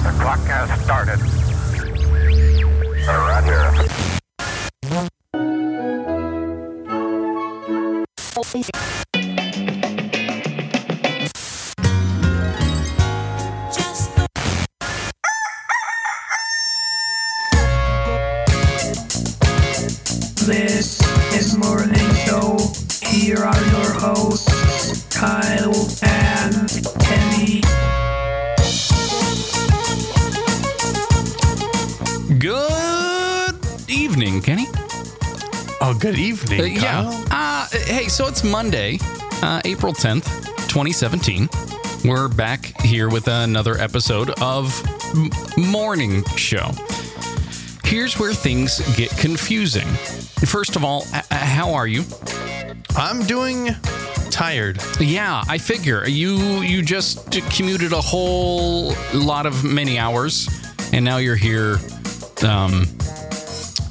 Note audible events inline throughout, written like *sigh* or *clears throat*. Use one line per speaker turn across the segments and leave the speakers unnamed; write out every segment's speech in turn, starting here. has started. Roger.
This is Morning Show. Here are your hosts, Kyle and Kenny.
Good evening, Kenny.
Oh, good evening,
Uh,
Kyle.
Uh, hey, so it's Monday, uh, April 10th, 2017. We're back here with another episode of M- Morning Show. Here's where things get confusing. First of all, uh, uh, how are you?
I'm doing tired.
Yeah, I figure you you just commuted a whole lot of many hours, and now you're here, um,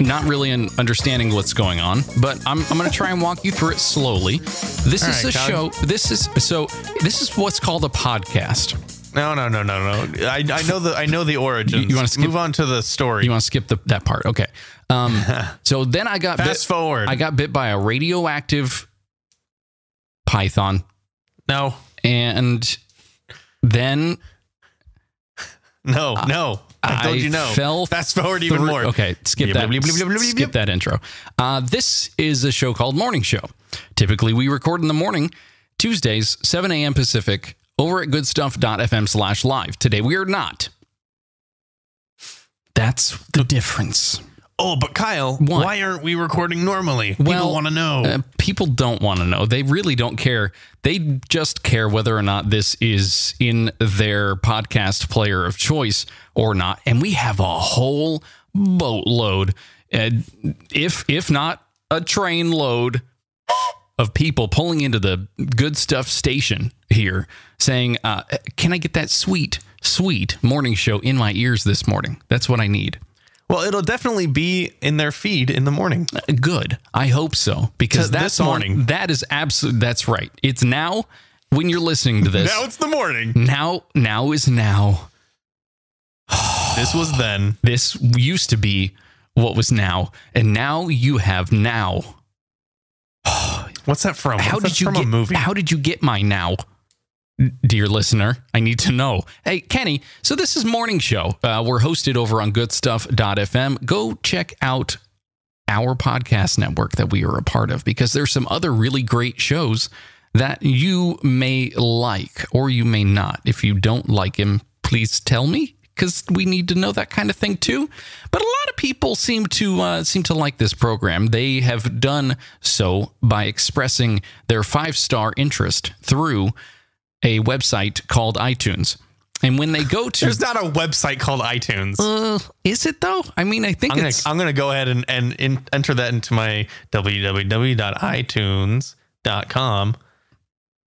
not really un- understanding what's going on. But I'm I'm gonna try and walk you through it slowly. This
All
is
right,
a
Todd.
show. This is so. This is what's called a podcast.
No, no, no, no, no. I, I know the I know the origins.
You- you wanna skip-
move on to the story?
You want to skip the, that part? Okay.
*laughs*
Um, so then I got
Fast
bit,
forward.
I got bit by a radioactive python,
no,
and then
no, no. I told you no.
fell
Fast forward even
through-
more.
Okay, skip
Yep,
that.
yep, yep, yep, yep, yep.
skip that intro. Uh, this is a show called Morning Show. Typically, we record in the morning, Tuesdays, 7 a.m. Pacific, over at goodstuff.fm slash live. Today, we are not. That's the difference.
Oh, but Kyle,
What?
why aren't we recording normally? People want to know.
uh, people don't want to know. They really don't care. They just care whether or not this is in their podcast player of choice or not. And we have a whole boatload, uh, if if not a train load of people pulling into the good stuff station here, saying, uh, "Can I get that sweet, sweet morning show in my ears this morning? That's what I need."
well, it'll definitely be in their feed in the morning.
good. I hope so because
To
that's
this morning.
On, that is absolute. That's right. It's now when you're listening to this.
Now it's the morning.
now, now is now.
this was then.
This used to be what was now, and now you have now.
What's that from?
How
What's that
did you
from
get?
a movie?
How did you get my now? Dear listener, I need to know. Hey, Kenny, so this is Morning Show. Uh, we're hosted over on goodstuff.fm. Go check out our podcast network that we are a part of because there's some other really great shows that you may like or you may not. If you don't like him, please tell me because we need to know that kind of thing too. But a lot of people seem to uh, seem to like this program. They have done so by expressing their five star interest through a website called iTunes. And when they go to,
There's not a website called iTunes.
Uh, is it though? I mean, I think
I'm gonna
it's.
I'm gonna go ahead and and in, enter that into my www.itunes.com.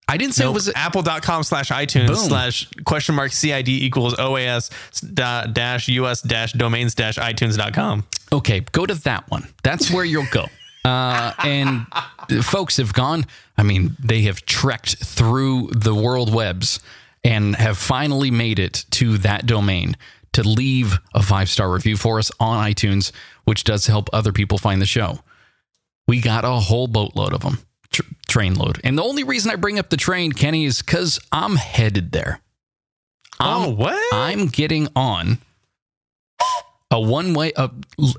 I didn't say
Nope.
it was.
apple.com slash iTunes
Boom.
slash question mark CID equals OAS da- dash US dash domains dash iTunes.com.
Okay, go to that one. That's where you'll go. Uh, and folks have gone, I mean, they have trekked through the world webs and have finally made it to that domain to leave a five star review for us on iTunes, which does help other people find the show. We got a whole boatload of them, tr- train load. And the only reason I bring up the train, Kenny, is because I'm headed there.
Oh, what?
I'm getting on a one way, a,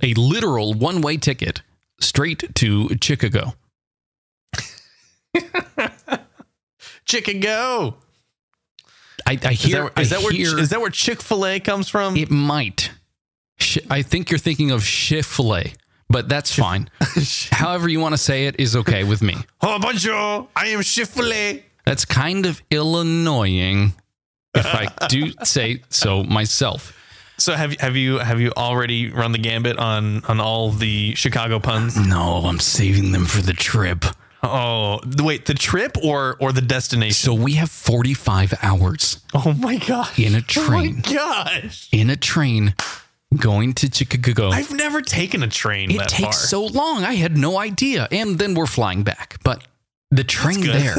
a literal one way ticket straight to Chicago.
Chicken Go.
I, I
Is,
hear.
that, is,
I
that where,
hear
is that where Chick fil A comes from?
it might? Sh- I think you're thinking of Chick-fil-A, but that's
*laughs*
fine. However you want to say it is okay with me.
oh, bonjour. I am Chick fil A.
That's kind of Illinoising, if I do say so myself.
So have have you have you already run the gambit on on all the Chicago puns?
No, I'm saving them for the trip.
*laughs* Oh, the- wait, the trip or or the destination?
So we have 45 hours
Oh my gosh.
in a
Oh
train.
my gosh.
in a train going to Chicago.
I've never taken a train
It
that
takes
far.
so long. I had no idea. And then we're flying back. But the train
good. *laughs*
there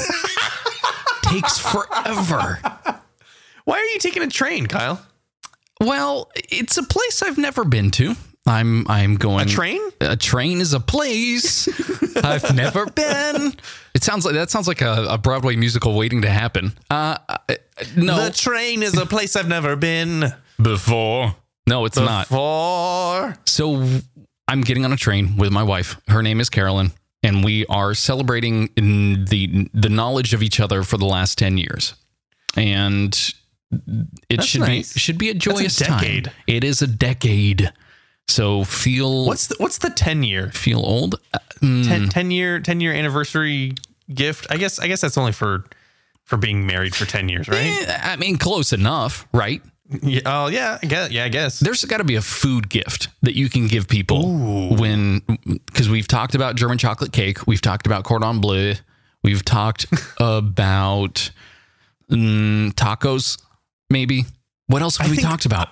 takes forever.
Why are you taking a train, Kyle?
Well, it's a place I've never been to. I'm I'm going
A train?
A train is a
*laughs*
place I've never been. It sounds like that sounds like a, a Broadway musical waiting to happen. Uh, I- I- no,
The train is a place I've never been
before. No, it's *laughs* not.
before.
So I'm getting on a train with my wife. Her name is Carolyn, and we are celebrating in the the knowledge of each other for the last ten years. And it
That's
should
nice.
be should be a joyous
decade.
time. It is a decade. So feel
What's the what's the ten year
feel old. Uh, mm,
10, 10 year ten year anniversary gift? I guess I guess that's only for for being married for ten years, right?
eh, I mean, close enough, right?
yeah, oh yeah, I guess, yeah, I guess.
There's got to be a food gift that you can give people when, because we've talked about German chocolate cake, we've talked about cordon bleu, we've
*laughs*
talked about mm, tacos, maybe. What else have
I
we
think-
talked about?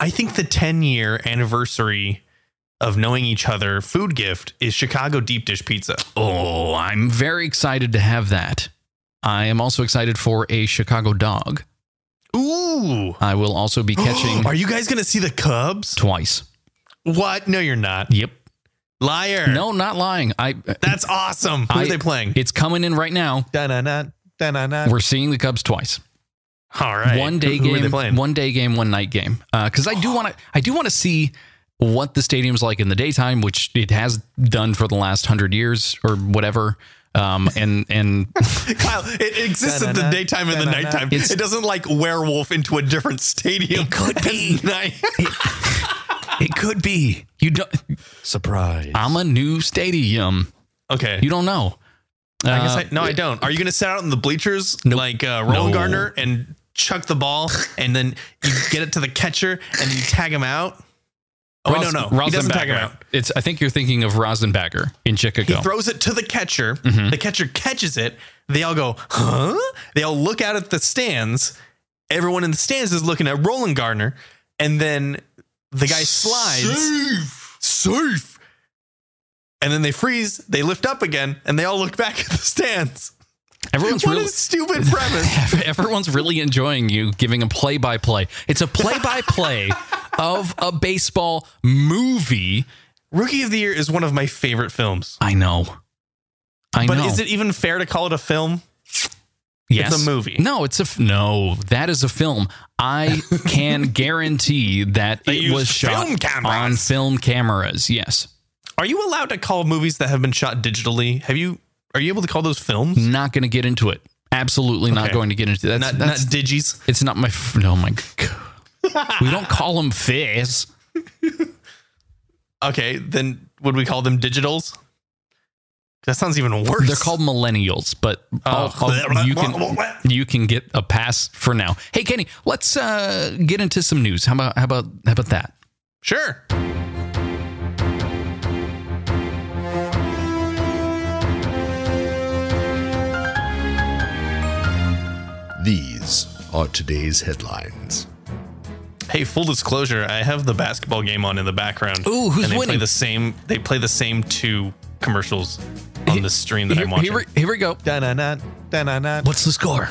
I think the ten year anniversary of knowing each other food gift is Chicago deep dish pizza.
Oh, I'm very excited to have that. I am also excited for a Chicago dog.
Ooh.
I will also be catching
*gasps* Are you guys gonna see the Cubs?
twice.
What? No, you're not.
Yep.
Liar.
No, not lying. I.
That's awesome. Who
I-
are they playing?
It's coming in right now.
Da-na-na, da-na-na.
We're seeing the Cubs twice.
All right.
one day
Who- who are they
game,
playing?
one day game, one night game. Because I do want to, I do want to see what the stadium's like in the daytime, which it has done for the last hundred years or whatever. Um, and and
*laughs* Kyle, it exists in the
Da-na-na,
daytime and the
da-na-na.
nighttime. It doesn't like werewolf into a different stadium. It could *laughs* be.
it could be you don't.
Surprise.
I'm a new stadium.
okay.
You don't know.
I guess
Uh,
I, no, I don't. Are you going to sit out in the bleachers like uh,
No.
Roland Gardner and chuck the ball and then you get it to the catcher and you tag him out? Oh, wait, no,
Ros-
no. He doesn't tag him
Rosenbacher.
out.
It's. I think you're thinking of Rosenbacher in
He
Chicago.
throws it to the catcher.
Mm-hmm.
The catcher catches it. They all go, huh? They all look out at the stands. Everyone in the stands is looking at Roland Gardner. And then the guy slides. Safe. Safe. And then they freeze. They lift up again and they all look back at
*laughs*
the stands.
Everyone's
what
really.
a stupid premise.
*laughs* Everyone's really enjoying you giving a play by play. It's a play by
*laughs*
play of a baseball movie.
Rookie of the Year is one of my favorite films.
I know. I
But
know.
is it even fair to call it a film?
Yes.
a movie?
No, it's a f- no. That is a film.
*laughs*
I can guarantee that
They
it
used
was shot
film cameras.
on film cameras. Yes,
Are you allowed to call movies that have been shot digitally? Have you? Are you able to call those films?
not going to get into it. Absolutely not
Okay.
going to get into that.
Not, not
that's,
digis.
it's not my. F- no, my. God. *laughs* we don't call them fizz.
Okay, then would we call them digitals? That sounds even worse. Oh.
They're called millennials, but I'll- I'll- you
*laughs*
can you can get a pass for now. Hey Kenny, let's uh, get into some news. How about how about how about that?
Sure.
These are today's headlines.
Hey, full disclosure, I have the basketball game on in the background.
Ooh, who's
and they Play
winning?
the same. They play the same two commercials on the stream that
Here,
I'm watching.
here, we- here we go.
Da-na-na, da-na-na.
What's the score?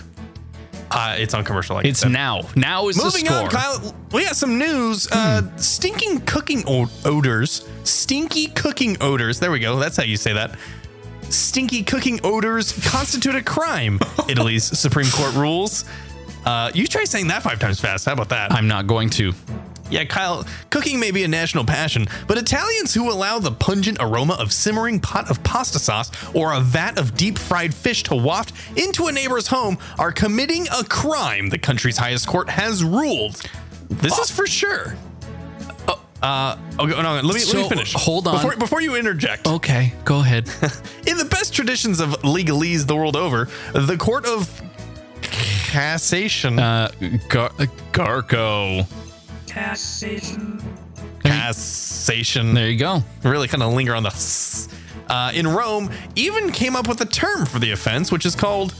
uh, it's on commercial. I
It's
guess.
now. Now is
Moving
the score. Hmm.
on, Kyle. We got some news. Uh, stinking cooking o- odors. Stinky cooking odors. There we go. That's how you say that. Stinky cooking odors constitute
*laughs*
a crime. Italy's Supreme Court rules. Uh, you try saying that five times fast. How about that?
I'm not going to.
Yeah, Kyle, cooking may be a national passion, but Italians who allow the pungent aroma of simmering pot of pasta sauce or a vat of deep fried fish to waft into a neighbor's home are committing a crime, the country's highest court has ruled. This is for sure. Uh, okay, no, let me, let
So,
me finish.
hold on. Oh.
Before, before you interject.
Okay, go ahead.
In the best traditions of legalese the world over, the court of cassation.
Uh, *laughs* Gar- Garco.
Cassation.
cassation.
There you go.
really kind of linger on the s- uh, in Rome, even came up with a term for the offense, which is called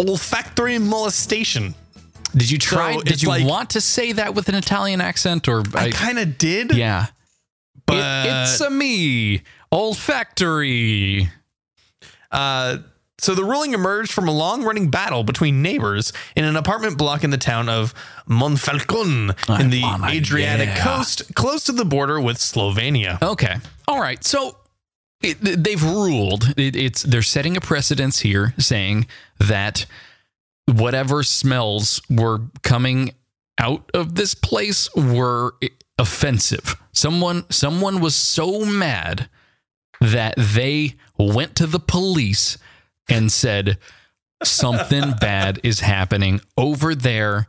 olfactory molestation.
Did you try?
So
did
it's
you
like-
want to say that with an Italian accent or?
I,
I-
kind of did,
yeah.
but
It- it's a me olfactory.
uh, So the ruling emerged from a long running battle between neighbors in an apartment block in the town of Monfalcone in the
Monfalcone,
Adriatic
yeah.
coast, close to the border with Slovenia.
Okay. All right. So it, they've ruled. It, it's they're setting a precedence here, saying that whatever smells were coming out of this place were eh, offensive. Someone someone was so mad that they went to the police and said something bad is happening over there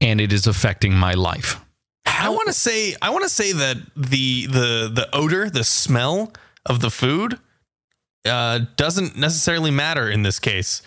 and it is affecting my life.
I want to say I want to say that the the the odor, the smell of the food uh, doesn't necessarily matter in this case.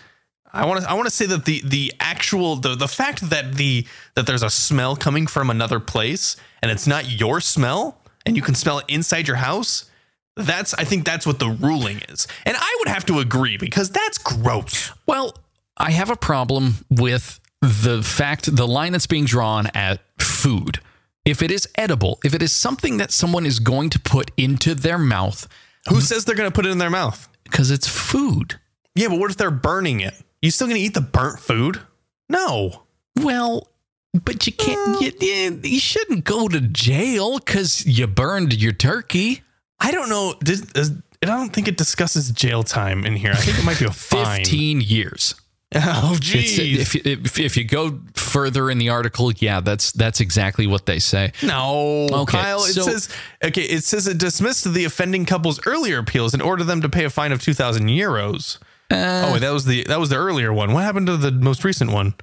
I want to I want to say that the the actual the the fact that the that there's a smell coming from another place and it's not your smell and you can smell it inside your house. That's I think that's what the ruling is. And I would have to agree because that's gross.
Well, I have a problem with the fact the line that's being drawn at food. If it is edible, if it is something that someone is going to put into their mouth
Who says they're going to put it in their mouth?
because it's food.
Yeah, but what if they're burning it? You still going to eat the burnt food? No.
Well, but you
Mm.
can't you, you, you shouldn't go to jail cuz you burned your turkey.
I don't know. Does, does, I don't think it discusses jail time in here. I think it might
*laughs*
be a fine.
15 years.
Oh,
It's-
jeez.
if, if if you go further in the article, yeah, that's that's exactly what they say.
No,
Okay,
Kyle. It
so-
says okay. It says it dismissed the offending couple's earlier appeals and ordered them to pay a fine of two thousand euros.
Uh,
oh, wait, that was the that was the earlier one. What happened to the most recent one?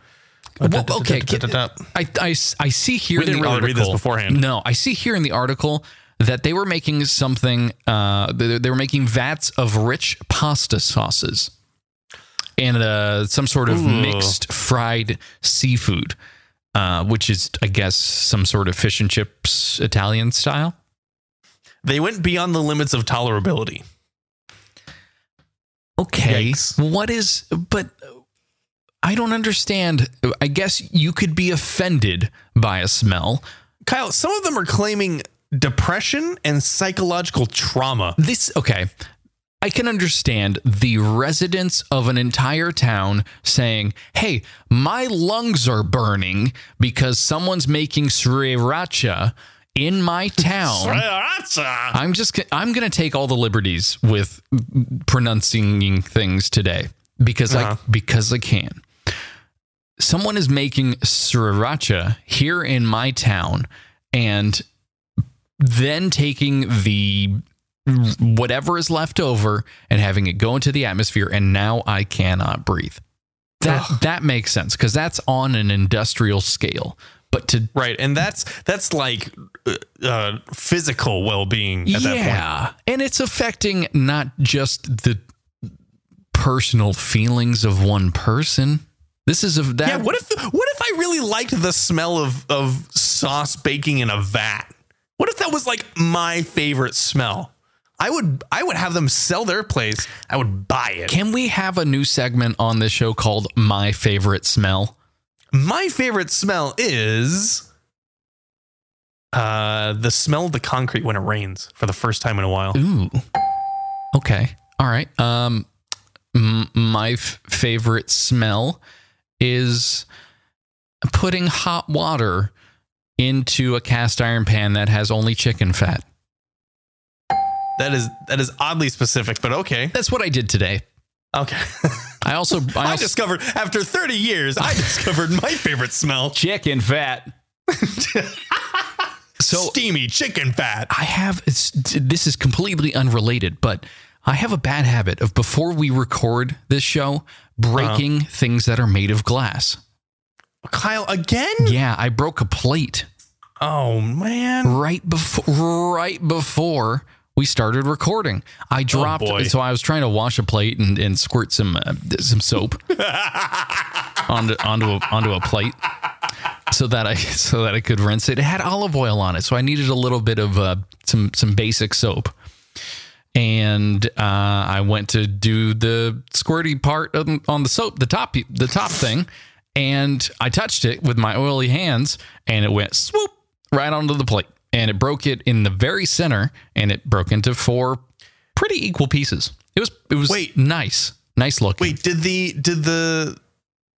Well, okay.
Da- da- da- da-
I, I, I see here in
We
the
didn't really
article.
read this beforehand.
No, I see here in the article that they were making something. Uh, they, they were making vats of rich pasta sauces and uh, some sort of
Ooh.
mixed fried seafood, uh, which is, I guess, some sort of fish and chips Italian style.
They went beyond the limits of tolerability.
Okay.
Yikes.
What is, but I don't understand. I guess you could be offended by a smell.
Kyle, some of them are claiming depression and psychological trauma.
this okay i can understand the residents of an entire town saying hey my lungs are burning because someone's making sriracha in my town *laughs* i'm just go- i'm gonna take all the liberties with pronouncing things today because
Uh-huh.
i because i can someone is making sriracha here in my town and then taking the whatever is left over and having it go into the atmosphere and now I cannot breathe. That that makes sense cuz that's on an industrial scale. But to
Right, and that's that's like uh, uh, physical well-being at that
yeah, and it's affecting not just the personal feelings of one person. This is of that
point. Yeah, what if what if I really liked the smell of of sauce baking in a vat? What if that was like my favorite smell? I would I would have them sell their place. I would buy it.
can we have a new segment on this show called My Favorite Smell?
My favorite smell is uh the smell of the concrete when it rains for the first time in a while.
Ooh. Okay. All right. Um, m- my f- favorite smell is putting hot water into a cast iron pan that has only chicken fat.
That is that is oddly specific, but okay.
That's what I did today.
Okay. *laughs*
I also I,
I
also,
discovered after 30 years, I discovered my favorite smell.
chicken fat. so
steamy chicken fat.
I have it's, this is completely unrelated, but I have a bad habit of before we record this show breaking things that are made of glass.
Kyle again?
Yeah, I broke a plate.
Oh man.
right before right before we started recording. I dropped
boy.
so I was trying to wash a plate and, and squirt some uh, some soap onto onto a, onto a plate so that I so that I could rinse it. It had olive oil on it, so I needed a little bit of uh, some some basic soap. And uh, I went to do the squirty part on, on the soap, the top the top thing, and I touched it with my oily hands, and it went swoop right onto the plate, and it broke it in the very center, and it broke into four pretty equal pieces. It was it was
Wait.
nice, Nice look.
Wait, did the did the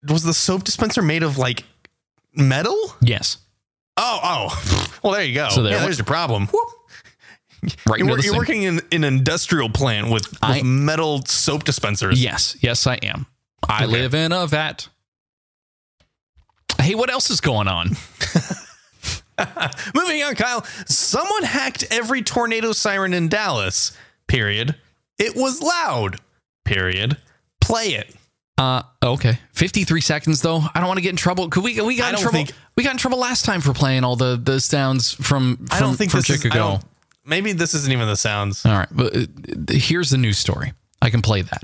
was the soap dispenser made of like metal?
Yes.
Oh, oh. *laughs* Well, there you go.
So
So
there it was.
there's your problem.
Right.
You're,
into
wor-
the
you're
sink.
working in an industrial plant with, with
I-
metal soap dispensers.
Yes, yes, I am. I
Okay.
live in a vat. Hey, what else is going on?
*laughs* Moving on, Kyle. Someone hacked every tornado siren in Dallas. Period. It was loud. Period. Play it.
Uh, okay, fifty-three seconds though. I don't want to get in trouble. Could we? We
I
got in
don't
trouble.
think-
we got in trouble last time for playing all the the sounds from. from
I don't think
from
this is, I
Chicago.
don't- maybe this isn't even the sounds.
All right, but uh, here's the news story. I can play that.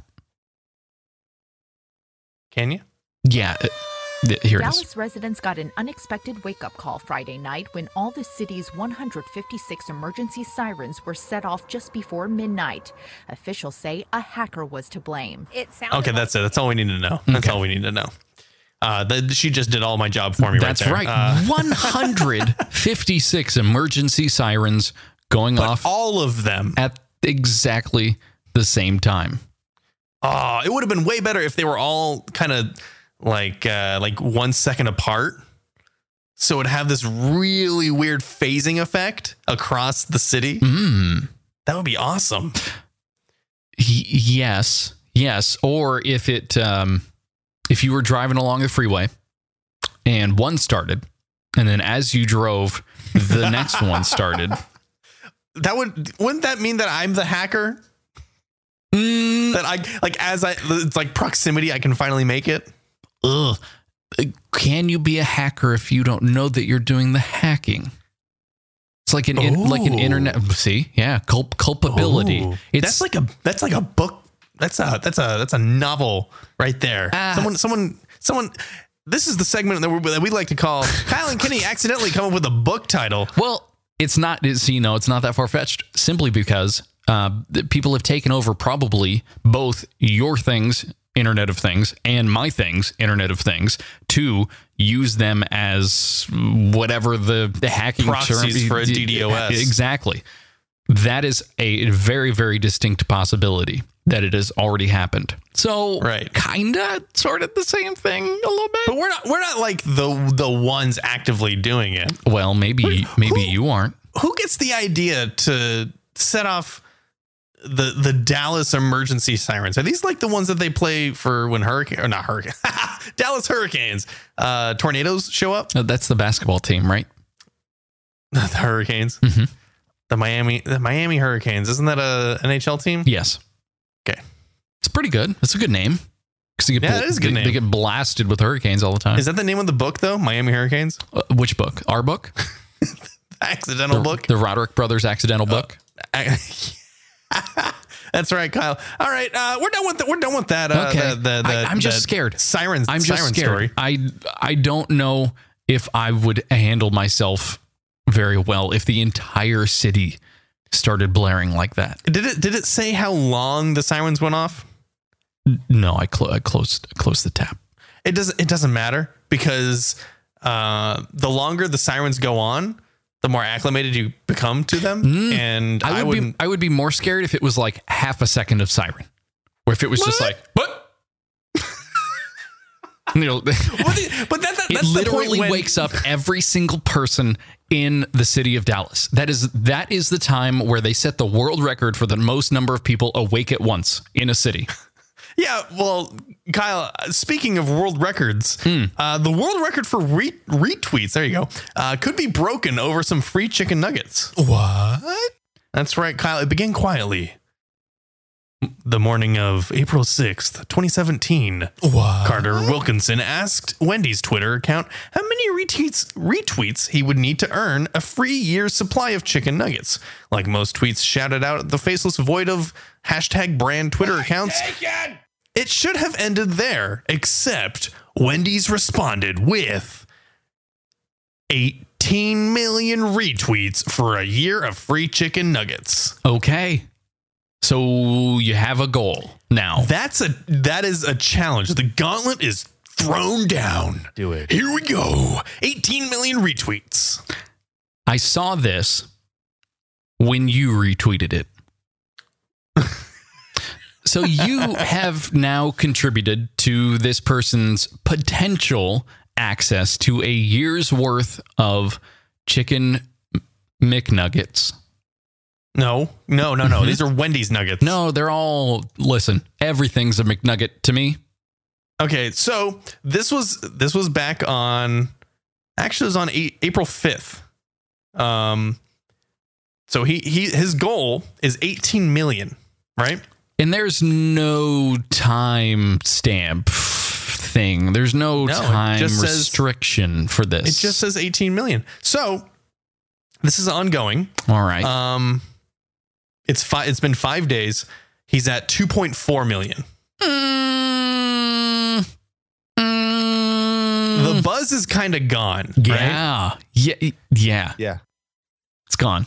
Can you?
Yeah, uh, th- here it is.
Dallas residents got an unexpected wake up call Friday night when all the city's 156 emergency sirens were set off just before midnight. Officials say a hacker was to blame.
It sounded
Okay,
like-
that's it. That's all we need to know. That's
Okay.
all we need to know. Uh, that she just did all my job for me.
That's
right. There.
right.
Uh, *laughs*
156 emergency sirens going
but
off
all of them.
at exactly the same time.
Oh, it would have been way better if they were all kind of like uh, like one second apart. So it'd have this really weird phasing effect across the city.
Mm.
That would be awesome.
Y- yes yes or if it um if you were driving along the freeway and one started and then as you drove the next one started
That would wouldn't that mean that I'm the hacker?
Mm,
That I like as I it's like proximity. I can finally make it.
ugh. can you be a hacker if you don't know that you're doing the hacking it's like an in, like an
Ooh.
internet see yeah cul- culpability
Ooh.
it's
that's like a that's like a book. That's a that's a that's a novel right there.
Ah.
someone someone someone. This is the segment that, we that we like to call Kyle and Kenny accidentally come up with a book title.
Well, it's not. It's, you know, it's not that far fetched. Simply because uh, the people have taken over probably both your things, Internet of Things, and my things, Internet of Things, to use them as whatever the the hacking
Proxies
term
for a DDoS.
*laughs* Exactly. That is a very very distinct possibility that it has already happened. So,
Right.
kinda, sort of the same thing a little bit.
But we're not we're not like the the ones actively doing it.
Well, maybe maybe
who-
you aren't.
Who gets the idea to set off the the Dallas emergency sirens? Are these like the ones that they play for when hurricane or not hurricane *laughs* Dallas hurricanes uh, tornadoes show up? *laughs*
Uh, That's the basketball team, right?
the hurricanes.
Mhm.
The Miami the Miami Hurricanes isn't that a NHL team?
Yes.
Okay.
It's pretty good. That's a good name. Because they, get
Yeah, it is a good
they,
name.
they get blasted with hurricanes all the time.
Is that the name of the book though? Miami Hurricanes,
Uh, which book? Our
*laughs*
book?
accidental
the,
book. Oh,
The Roderick Brothers accidental book.
*laughs* That's right, Kyle. All right, uh, we're done with the, we're done with that. Uh,
Okay.
the, the, the,
I- I'm just
the
scared.
Sirens.
I'm just
siren
scared.
Story.
I I don't know if I would handle myself very well if the entire city started blaring like that.
Did it did it say how long the sirens went off?
No, I, cl- I closed closed the tap.
It doesn't it doesn't matter because uh, the longer the sirens go on, the more acclimated you become to them.
Mm.
and
I
I,
would
wouldn't.
be I would be more scared if it was like half a second of siren, or if it was just like but. you know, *laughs*
But, the- but that, that,
It
that's the point
literally
when-
wakes up every single person in the city of Dallas. That is that is the time where they set the world record for the most number of people awake at once in a city.
Yeah, well, Kyle. uh, Speaking of world records, uh, the world record for re- retweets. There you go. Uh, could be broken over some free chicken nuggets. What? That's right, Kyle. It began quietly. The morning of April 6th, 2017, Carter Wilkinson asked Wendy's Twitter account how many retweets, retweets he would need to earn a free year's supply of chicken nuggets. Like most tweets shouted out at the faceless void of hashtag brand Twitter accounts, it should have ended there, except Wendy's responded with 18 million retweets for a year of free chicken nuggets.
Okay. So you have a goal
Oh.
now.
That's a that is a challenge. The gauntlet is thrown down.
Do it.
Here we go. 18 million retweets.
I saw
*laughs*
this when you retweeted it. So you have now contributed to this person's potential access to a year's worth of chicken McNuggets.
No, no, no,
*laughs*
no. These are Wendy's nuggets.
No, they're all listen, everything's a McNugget to me.
Okay, so this was this was back on actually it was on A- April 5th. Um so he he his goal is 18 million, right?
And there's no time stamp thing. There's no,
No, it
time
just says-
restriction for this.
It just says 18 million. So this is ongoing.
all right.
Um it's five it's been 5 days. He's at 2.4 million.
Mm,
The
mm,
buzz is kind of gone, right?
yeah, yeah, yeah.
Yeah.
It's gone.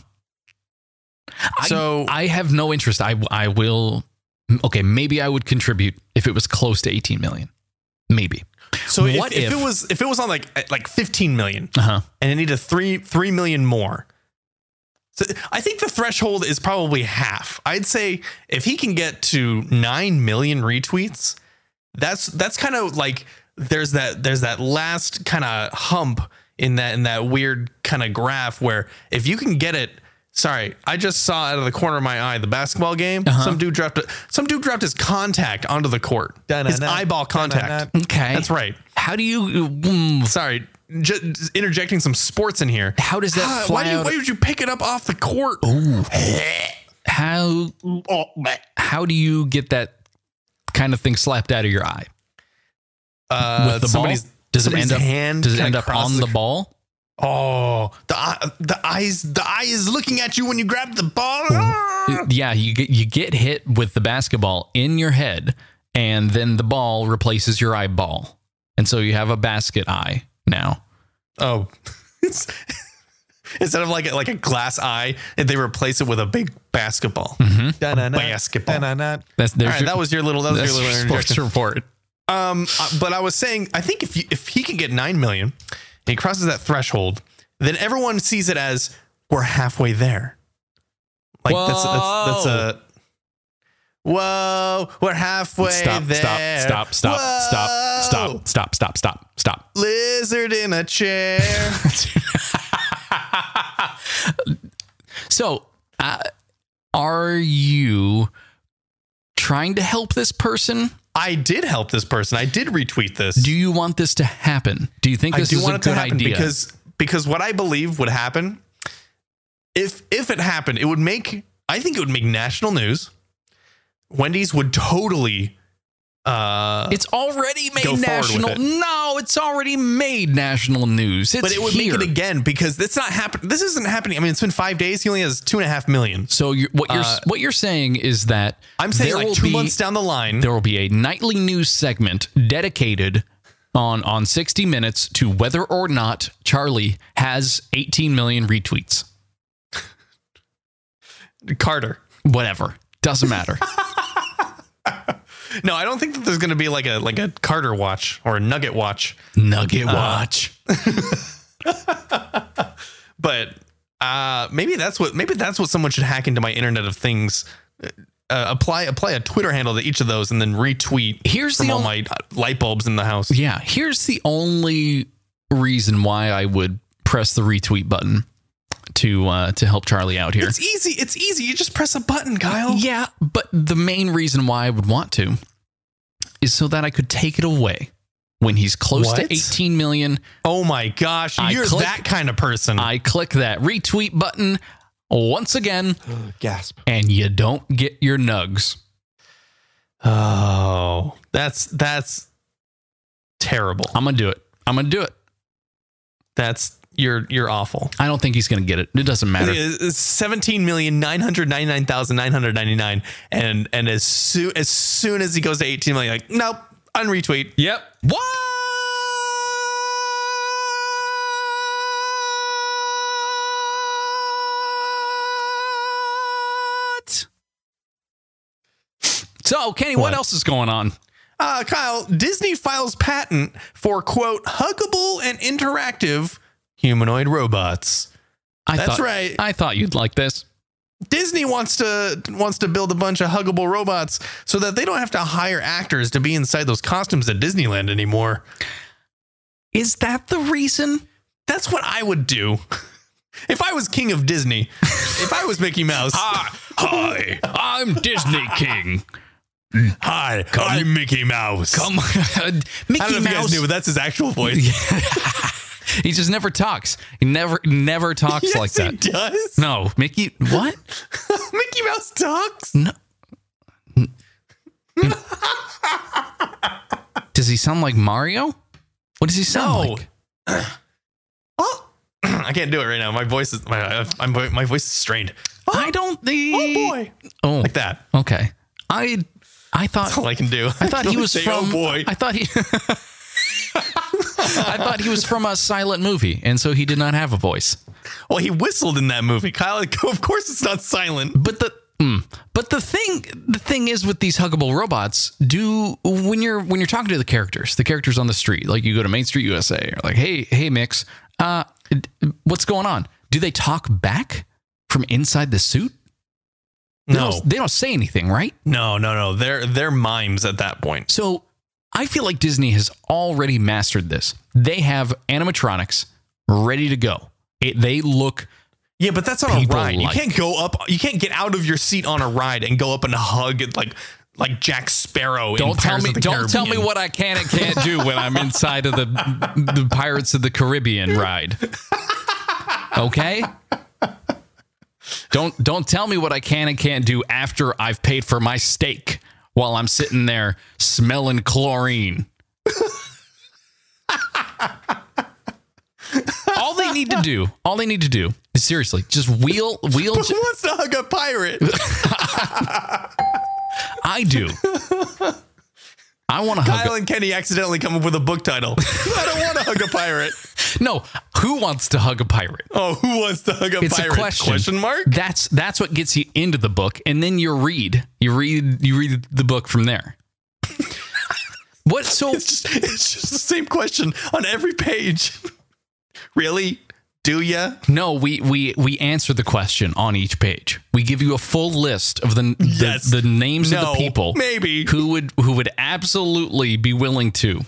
So-
I, I have no interest. I I will. Okay, maybe I would contribute if it was close to 18 million. Maybe.
So if,
What
if,
if-
it was if it was on like at, like 15 million
Uh huh.
and it needed three three million more. So I think the threshold is probably half. I'd say if he can get to nine million retweets, that's that's kind of like there's that there's that last kind of hump in that in that weird kind of graph where if you can get it. Sorry, I just saw out of the corner of my eye the basketball game. Some dude dropped a, some dude dropped his contact onto the court. His
Da-na-na,
eyeball contact.
da-na-na.
Okay.
That's right.
How do you? mm,
Sorry, ju- just interjecting some sports in here.
How does that
Ah,
fly
why, do you,
out-
why would you pick it up off the court?
How? How do you get that kind of thing slapped out of your eye
Uh,
with the
somebody's,
ball? Does it
somebody's
end up?
Hand
does it
kinda
end up
cross
on the, ball?
Oh, the eye, the eyes, the eye is looking at you when you grab the ball. Ah!
Yeah, you get you get hit with the basketball in your head, and then the ball replaces your eyeball, and so you have a basket eye now.
Oh, *laughs* It's- instead of like a, like a glass eye, they replace it with a big basketball.
Mm-hmm.
Da-na-na,
Basketball.
da-na-na.
That's
All
there's
right,
your-
that was your little that was your
that's
little
your
interjection.
sports
*laughs*
report.
Um, uh, but I was saying, I think if you, if he can get nine million, and he crosses that threshold, then everyone sees it as we're halfway there. Like that's that's that's a. Whoa, we're halfway
Stop,
there.
stop! Stop! Stop!
Whoa,
Stop! Stop! Stop! Stop! Stop!
Lizard in
*laughs*
a chair.
Stop! so, uh, are you trying to help this person?
I did help this person. I did retweet this.
Do you want this to happen? Do you think this
I do
is
want
a
it to
good
happen
idea?
because because what I believe would happen if if it happened, it would make I think it would make national news. Wendy's would totally uh
It's already
Go
made
forward with
national.
it.
No, it's already made national news. It's
but it would
here.
make it again because it's not happen this isn't happening. I mean it's been five days, he only has two and a half million.
So you're, what you're
Uh,
what you're saying is that
I'm saying
there
like
will
two
be-
months down the line.
there will be a nightly news segment dedicated on on 60 Minutes to whether or not Charlie has 18 million retweets.
Carter.
Whatever, doesn't
*laughs*
matter.
No, I don't think that there's gonna be like a like a Carter watch or a nugget watch.
Nugget watch.
but uh, maybe that's what maybe that's what someone should hack into my Internet of Things. Uh, apply apply a Twitter handle to each of those and then retweet
Here's
from
the
all
only-
my uh, light bulbs in the house.
yeah, here's the only reason why I would press the retweet button to uh, to help Charlie out here.
It's easy. It's easy. You just press a button, Kyle.
Yeah, but the main reason why I would want to is so that I could take it away when he's close to
What?
18 million.
Oh my gosh,
I
you're
click-
that kind of person.
I click that retweet button once again,
Gasp.
and you don't get your nugs.
oh, that's that's terrible.
I'm gonna do it. I'm gonna do it.
That's you're you're awful.
I don't think he's gonna get it. It doesn't matter.
Seventeen million nine hundred ninety nine thousand nine hundred ninety nine, and and as soon as soon as he goes to eighteen million, like nope, unretweet.
Yep. What? So, Kenny, what,
What?
else is going on?
Uh, Kyle, Disney files patent for quote huggable and interactive humanoid robots.
I
That's
thought,
right.
I thought you'd like this.
Disney wants to wants to build a bunch of huggable robots so that they don't have to hire actors to be inside those costumes at Disneyland anymore.
Is that the reason?
That's what I would do. *laughs* If I was king of *laughs* Disney, if I was Mickey Mouse,
hi, I'm
*laughs*
Disney King.
hi, I'm Mickey Mouse.
Come on, Mickey
I don't know if you
Mouse.
guys knew, but that's his actual *laughs* voice.
he just never talks. He never never talks
Yes,
like that.
He does.
No, Mickey. What?
*laughs* Mickey Mouse talks.
No. does he sound like Mario? What does he sound
No.
like?
Oh, I can't do it right now. My voice is my uh, I'm, my voice is strained.
I don't think.
Oh boy,
Oh,
like that.
okay. I I thought
That's all I can do.
I
*laughs*
thought he was
Say,
from.
Oh boy.
I thought he. *laughs* I thought he was from a silent movie, and so he did not have a voice.
Well, he whistled in that movie, Kyle. *laughs* Of course, it's not silent.
But the mm, but the thing the thing is with these huggable robots, do when you're when you're talking to the characters, the characters on the street, like you go to Main Street USA, you're like, hey hey Mix, uh, d- what's going on? Do they talk back from inside the suit? They
No,
don't- they don't say anything, right?
no, no, no. They're they're mimes at that point.
So I feel like Disney has already mastered this. They have animatronics ready to go. It, they look
Yeah, but that's on
People
a ride.
like-
you can't go up. You can't get out of your seat on a ride and go up and hug it like like Jack Sparrow. in
Don't tell
Pirates
me.
of the
Don't tell me
Caribbean.
what I can and can't do when I'm inside of the the Pirates of the Caribbean ride. Okay. Don't don't tell me what I can and can't do after I've paid for my steak while I'm sitting there smelling chlorine. all they need to do, all they need to do is seriously just wheel wheel
*laughs* Who wants to hug
*laughs*
a pirate?
I do. I want to hug
Kyle and Kenny accidentally come up with a book title. *laughs* I don't want to hug a pirate.
No, who wants to hug a pirate?
Oh, who wants to hug a
It's
pirate?
a question.
mark?
That's that's what gets you into the book, and then you read, you read, you read the book from
*laughs*
there. what? So
It's just, it's just the same question on every page. *laughs* really? Do ya?
no, we we we answer the question on each page. We give you a full list of the the,
Yes.
the names
No.
of the people
Maybe.
who would who would absolutely be willing to.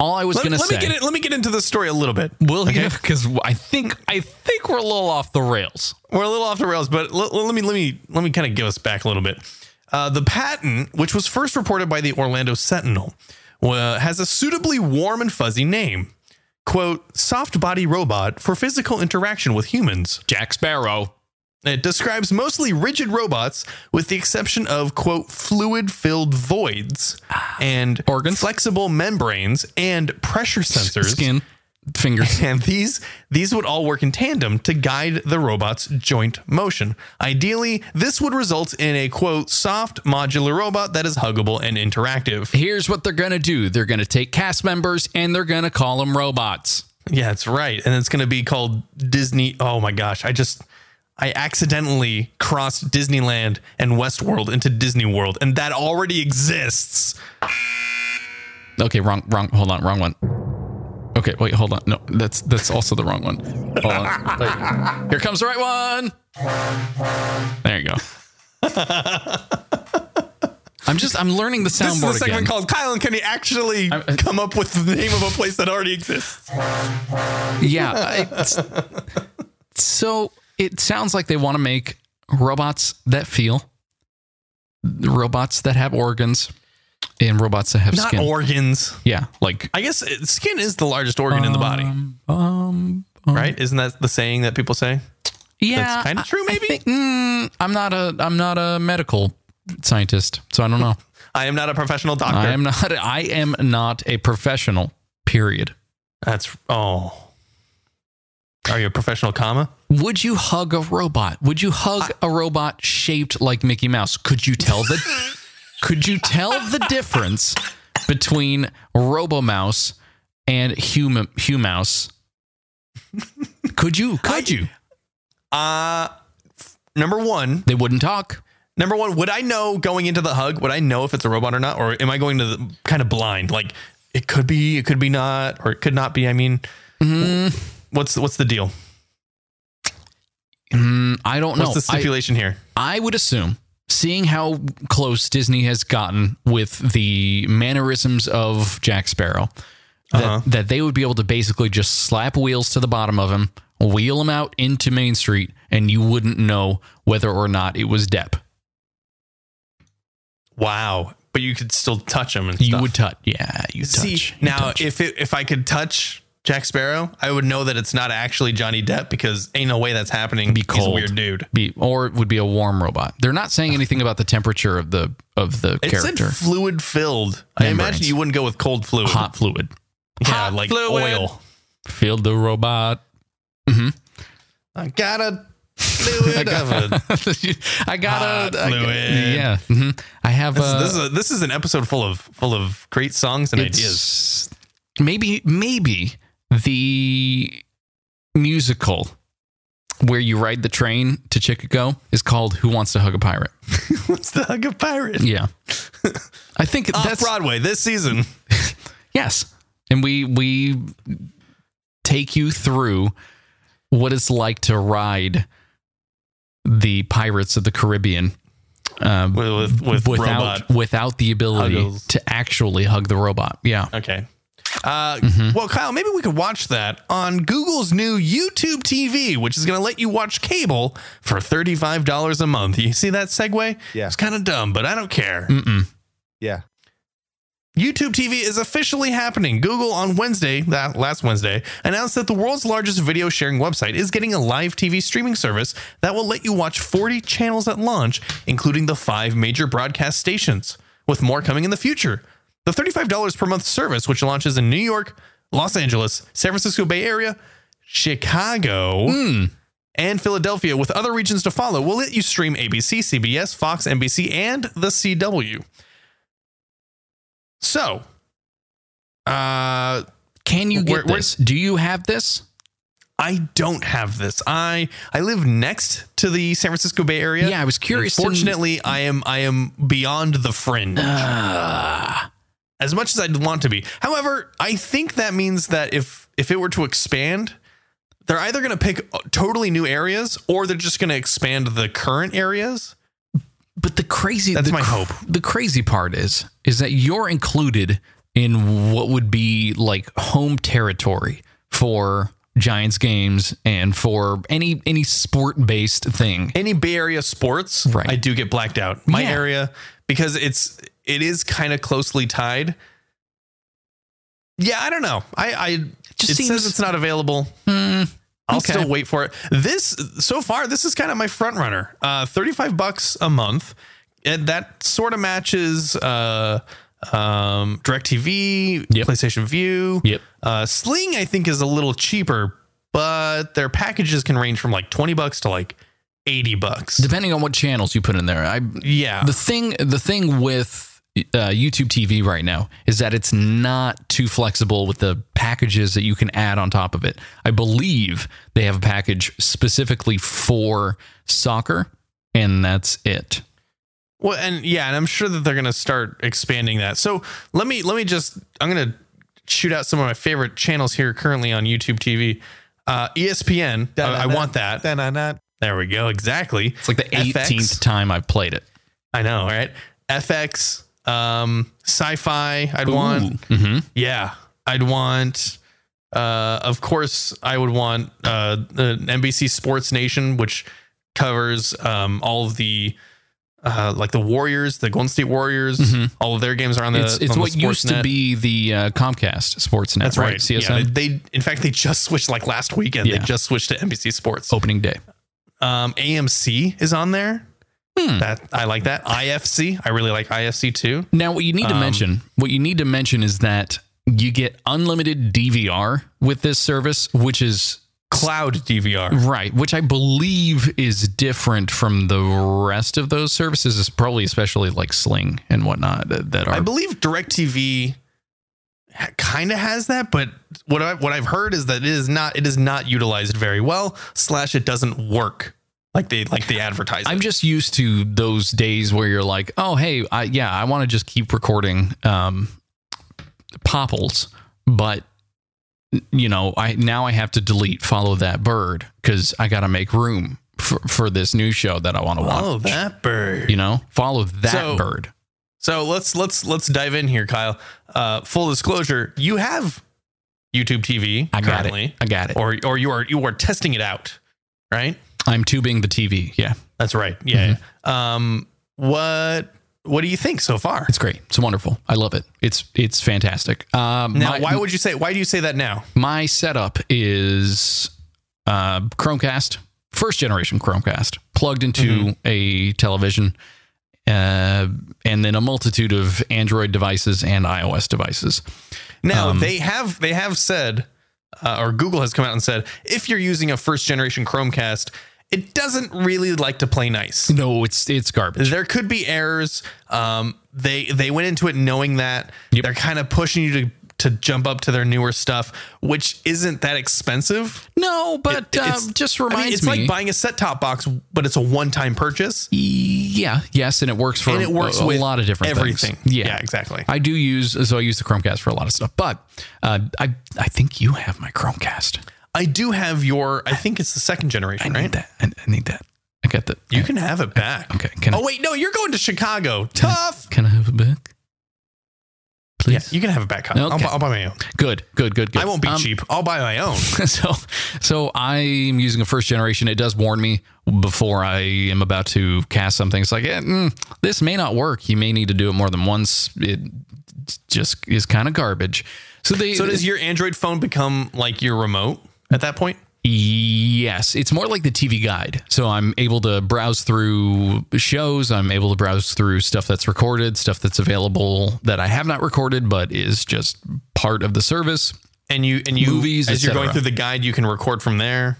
All I was
Let,
going to
let
say.
me get in, let me get into the story a little bit.
Will you? Because I think I think we're a little off the rails.
We're a little off the rails, but l- l- let me let me let me kind of give us back a little bit. Uh, the patent, which was first reported by the Orlando Sentinel, wa- has a suitably warm and fuzzy name. Quote, soft body robot for physical interaction with humans.
Jack Sparrow.
It describes mostly rigid robots with the exception of, quote, fluid filled voids and
Ah, Organs?
flexible membranes and pressure sensors.
Skin, fingers.
*laughs* And these these would all work in tandem to guide the robot's joint motion. Ideally, this would result in a quote soft modular robot that is huggable and interactive. *laughs*
here's what they're going to do they're going to take cast members and they're going to call them robots
Yeah, that's right. And it's going to be called Disney. Oh my gosh, I just I accidentally crossed Disneyland and Westworld into Disney World, and that already exists.
okay wrong wrong hold on wrong one okay wait hold on no that's that's also the wrong one hold
*laughs*
on Wait. here comes the right one there you
*laughs*
go i'm just i'm learning the
This is the
soundboard
segment
again
called Kyle and Kenny actually
I'm-
come up with the name of a place that already exists.
*laughs* yeah it's- so it sounds like they want to make robots that feel robots that have organs and robots that have
Not
skin
organs.
yeah like
I guess it- skin is the largest organ in the body,
Um,
right? Isn't that the saying that people say?
yeah,
That's kinda
I-
true,
I
maybe?
think- mm, I'm not a I'm not a medical scientist, so I don't know.
I am not a professional doctor.
I am not I am not a professional. Period.
That's oh. Are you a professional comma?
Would you hug a robot? Would you hug a robot shaped like Mickey Mouse? Could you tell
*laughs*
the Could you tell the difference between Robo Mouse and human
*laughs*
Humouse? Could you? Could you?
Uh f- number one.
They wouldn't talk.
Number one, would I know going into the hug? Would I know if it's a robot or not, or am I going to the, kind of blind? Like it could be, it could be
Mm-hmm.
not, or it could not be. I mean, what's what's the deal?
Mm, I don't
What's
know.
the
I-
stipulation here?
I would assume, seeing how close Disney has gotten with the mannerisms of Jack Sparrow, that,
Uh-huh.
that they would be able to basically just slap wheels to the bottom of him, wheel him out into Main Street, and you wouldn't know whether or not it was Depp.
Wow. But you could still touch him and stuff.
You would touch. Yeah, you touch.
See
you
now,
touch.
if it, if I could touch Jack Sparrow, I would know that it's not actually Johnny Depp because ain't no way that's happening.
Be
He's a
cold.
weird dude.
be, or it would be a warm robot. They're not saying anything about the temperature of the of the
It
character.
said fluid filled. I
Membranes.
imagine you wouldn't go with cold fluid.
Hot fluid.
yeah,
hot
like
fluid.
oil.
Field the robot.
I got *laughs* a fluid of it.
*laughs* I got
Hot
a I-
fluid.
yeah. hmm I have
This,
uh,
this is a, this is an episode full of full of great songs and
it's- *laughs*
ideas.
Maybe maybe the musical where you ride the train to Chicago is called Who Wants to Hug a Pirate.
What's the hug of pirate? *laughs*
Yeah. I think
Off
that's
Broadway this season.
yes. And we we take you through what it's like to ride the Pirates of the Caribbean. Um,
With with, with
without
robot.
without the ability
Huggles.
to actually hug the robot. Yeah.
Okay. Uh, Well, Kyle, maybe we could watch that on Google's new YouTube TV, which is going to let you watch cable for $35 a month. You see that segue?
Yeah.
It's kind of dumb, but I don't care.
Mm-mm.
Yeah.
YouTube TV is officially happening. Google on Wednesday, that last Wednesday, announced that the world's largest video sharing website is getting a live TV streaming service that will let you watch 40 channels at launch, including the five major broadcast stations, with more coming in the future. The $35 per month service, which launches in New York, Los Angeles, San Francisco Bay Area, Chicago, and Philadelphia, with other regions to follow, will let you stream ABC, CBS, Fox, NBC, and The CW. So, uh,
Can you
Where-
get
where-
this? Do you have this?
I don't have this. I I live next to the San Francisco Bay Area.
Yeah, I was curious to-
Fortunately, I am I am beyond the fringe.
Ah.
as much as I'd want to be. However, I think that means that if if it were to expand, they're either going to pick totally new areas or they're just going to expand the current areas.
But the crazy
That's
the
my
cr-
hope.
The crazy part is is that you're included in what would be like home territory for Giants games and for any any sport based thing.
any Bay Area sports,
Right.
I do get blacked out. My
Yeah.
area because it's it is kind of closely tied. Yeah, I don't know. I I it,
just seems- Hmm,
says it's not available. I'll
okay.
still wait for it. This so far, this is kind of my front runner. Uh, Thirty five bucks a month, and that sort of matches uh, um, Directv,
Yep.
PlayStation View.
Yep.
Uh, Sling, I think, is a little cheaper, but their packages can range from like twenty bucks to like eighty bucks.
Depending on what channels you put in there. I
Yeah.
the thing the thing with uh, YouTube TV right now is that it's not too flexible with the packages that you can add on top of it. I believe they have a package specifically for soccer, and that's it.
well, and yeah, and I'm sure that they're going to start expanding that. So let me let me just I'm going to shoot out some of my favorite channels here currently on YouTube TV. Uh, ESPN, I- I want that.
Da-na-na.
There we go. Exactly.
It's like the
FX.
eighteenth time I've played it.
I know, right? FX, um, sci-fi. I'd want.
hmm
Yeah, I'd want. Uh, of course, I would want uh, the NBC Sports Nation, which covers um, all of the uh, like the Warriors, the Golden State Warriors.
Mhm.
All of their games are on the.
It's it's
on the
what used to
Sportsnet.
be the uh, Comcast Sportsnet.
That's right. Yeah,
CSN
they, they in fact they just switched like last weekend.
Yeah. Oh.
They just switched to NBC Sports.
opening day.
Um, AMC is on there.
Hmm.
That I like that. IFC. I really like IFC too.
Now, what you need to
Um,
mention, what you need to mention is that you get unlimited DVR with this service, which is
Cloud DVR.
Right, which I believe is different from the rest of those services, is probably especially like Sling and whatnot that, that are.
I believe DirecTV kind of has that, but what I what I've heard is that it is not it is not utilized very well. Slash, it doesn't work like they like they advertise. it.
I'm just used to those days where you're like, oh hey, I, yeah, I want to just keep recording um, popples, but you know, I now I have to delete follow that bird because I got to make room for, for this new show that I want to watch.
Oh, that bird.
You know, follow that
So-
bird.
So let's let's let's dive in here, Kyle. Uh, full disclosure: you have YouTube TV
I got
currently,
it. I got it.
or or you are you are testing it out, right?
I'm tubing the TV. Yeah,
That's right. Yeah.
Mm-hmm.
Um. What What do you think so far?
it's great. It's wonderful. I love it. It's it's fantastic. Um,
Now,
my-
why would you say? Why do you say that now?
my setup is uh, Chromecast, first generation Chromecast, plugged into
Mm-hmm.
a television, uh, and then a multitude of Android devices and iOS devices.
Now
Um,
they have they have said, uh, or Google has come out and said, if you're using a first generation Chromecast, it doesn't really like to play nice.
No, it's it's garbage.
There could be errors. Um, they they went into it knowing that
Yep.
they're kind of pushing you to to jump up to their newer stuff, which isn't that expensive.
No, but
It-
uh,
it's-
just
I mean,
reminds
it's
me.
like buying a set top box, but it's a one time purchase.
yeah, yes, and it works for
And it works
a, a
with
lot of different things.
everything.
Yeah,
Yeah, exactly.
I do use so I use the Chromecast for a lot of stuff, but uh, I I think you have my Chromecast.
I do have your. I think it's the second
I
generation,
need
right?
that. I, I need that. I got that.
You can have it back.
Okay, can I-
oh wait, no, you're going to Chicago. Tough.
Can I have it back?
Yeah,
Please.
you can have it back. Kyle. I'll,
Okay.
bu- I'll buy my own.
Good, good, good, good.
I won't be
Um,
cheap. I'll buy my own.
*laughs* So, so I'm using a first generation. It does warn me before I am about to cast something. It's like, eh, mm, this may not work. You may need to do it more than once. It just is kind of garbage. So they,
So does your Android phone become like your remote at that point?
Yes, it's more like the TV guide. So I'm able to browse through shows. I'm able to browse through stuff that's recorded, stuff that's available that I have not recorded, but is just part of the service.
and you and you
Movies,
as you're
etc.
going through the guide you can record from there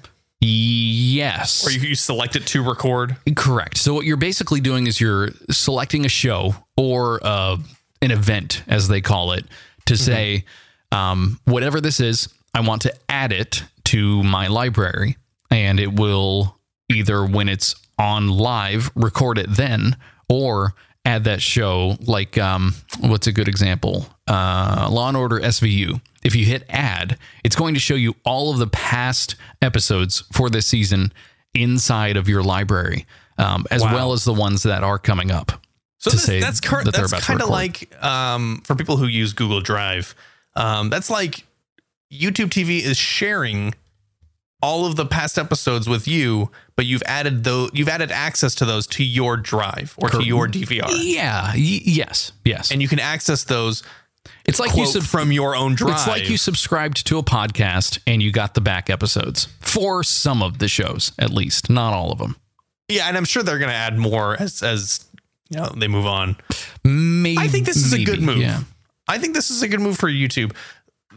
Yes.
or you, you select it to record
Correct. So what you're basically doing is you're selecting a show or uh, an event, as they call it, to say um, whatever this is, I want to add it to my library, and it will either when it's on live record it then, or add that show. Like um, what's a good example? Uh, Law and Order SVU. If you hit add, it's going to show you all of the past episodes for this season inside of your library, um, as
Wow.
well as the ones that are coming up.
so
To
this,
say
that's cur-
that they're
that's
about to
kind of
record.
like um, for people who use google drive um, that's like youtube tv is sharing all of the past episodes with you but you've added though you've added access to those to your drive or
Cor-
to your dvr
Yeah. Y- yes. Yes.
and you can access those
it's like you
quote,
sub-
from your own drive
It's like you subscribed to a podcast and you got the back episodes for some of the shows, at least, not all of them.
yeah and i'm sure they're going to add more as as you know they move on
Maybe
I think this is a good
maybe,
move.
Yeah.
I think this is a good move for YouTube.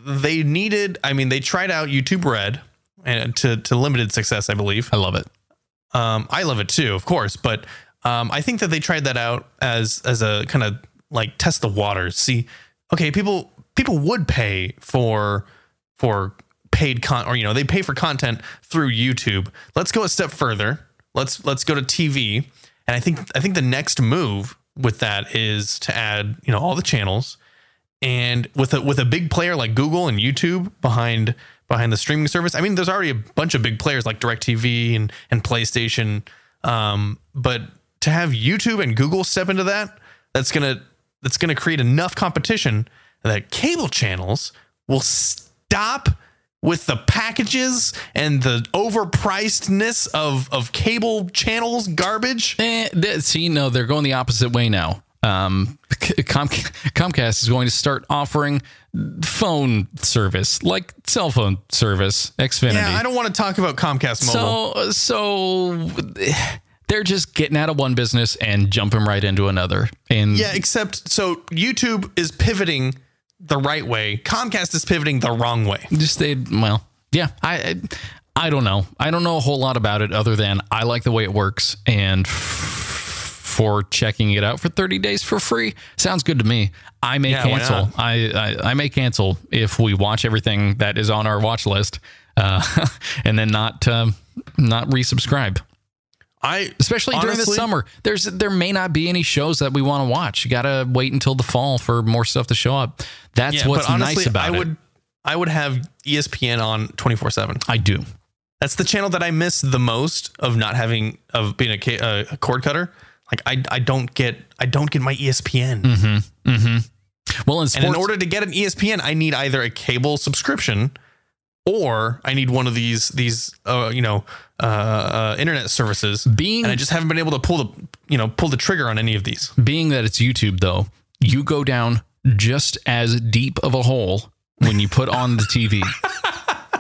They needed, I mean, they tried out YouTube Red and to, to limited success, I believe.
I love it.
Um, I love it too, of course, but um, I think that they tried that out as as a kind of like test the waters. See, okay, people people would pay for for paid con or you know they pay for content through YouTube. Let's go a step further. Let's let's go to TV, and I think I think the next move with that is to add you know all the channels and with a with a big player like Google and YouTube behind behind the streaming service. I mean, there's already a bunch of big players like DirecTV and and PlayStation. Um, but to have YouTube and Google step into that, that's gonna that's gonna create enough competition that cable channels will stop with the packages and the overpricedness of of cable channels garbage.
Eh, th- see, no, they're going the opposite way now. Um, C- Com- Comcast is going to start offering phone service, like cell phone service, Xfinity.
Yeah, I don't want to talk about Comcast
so,
Mobile.
so they're just getting out of one business and jumping right into another. And
Yeah, except so YouTube is pivoting the right way. Comcast is pivoting the wrong way.
just they well yeah I, I i don't know i don't know a whole lot about it other than i like the way it works and f- for checking it out for 30 days for free sounds good to me i may
Yeah, why
cancel
not?
I, I i may cancel if we watch everything that is on our watch list uh, *laughs* and then not um, not resubscribe
I
especially during the
Honestly-
summer there's there may not be any shows that we want to watch you gotta wait until the fall for more stuff to show up that's what's nice about
I E
it
would I would have ESPN on twenty four seven.
i do
That's the channel that I miss the most of not having of being a, ca- uh, a cord cutter. Like I, I don't get I don't get my E ESPN.
Well, in
And
sports,
in order to get an E ESPN, I need either a cable subscription or I need one of these these uh, you know uh, uh, internet services.
being
and I just haven't been able to pull the you know pull the trigger on any of these.
being that it's YouTube though, you go down just as deep of a hole when you put on the
*laughs*
TV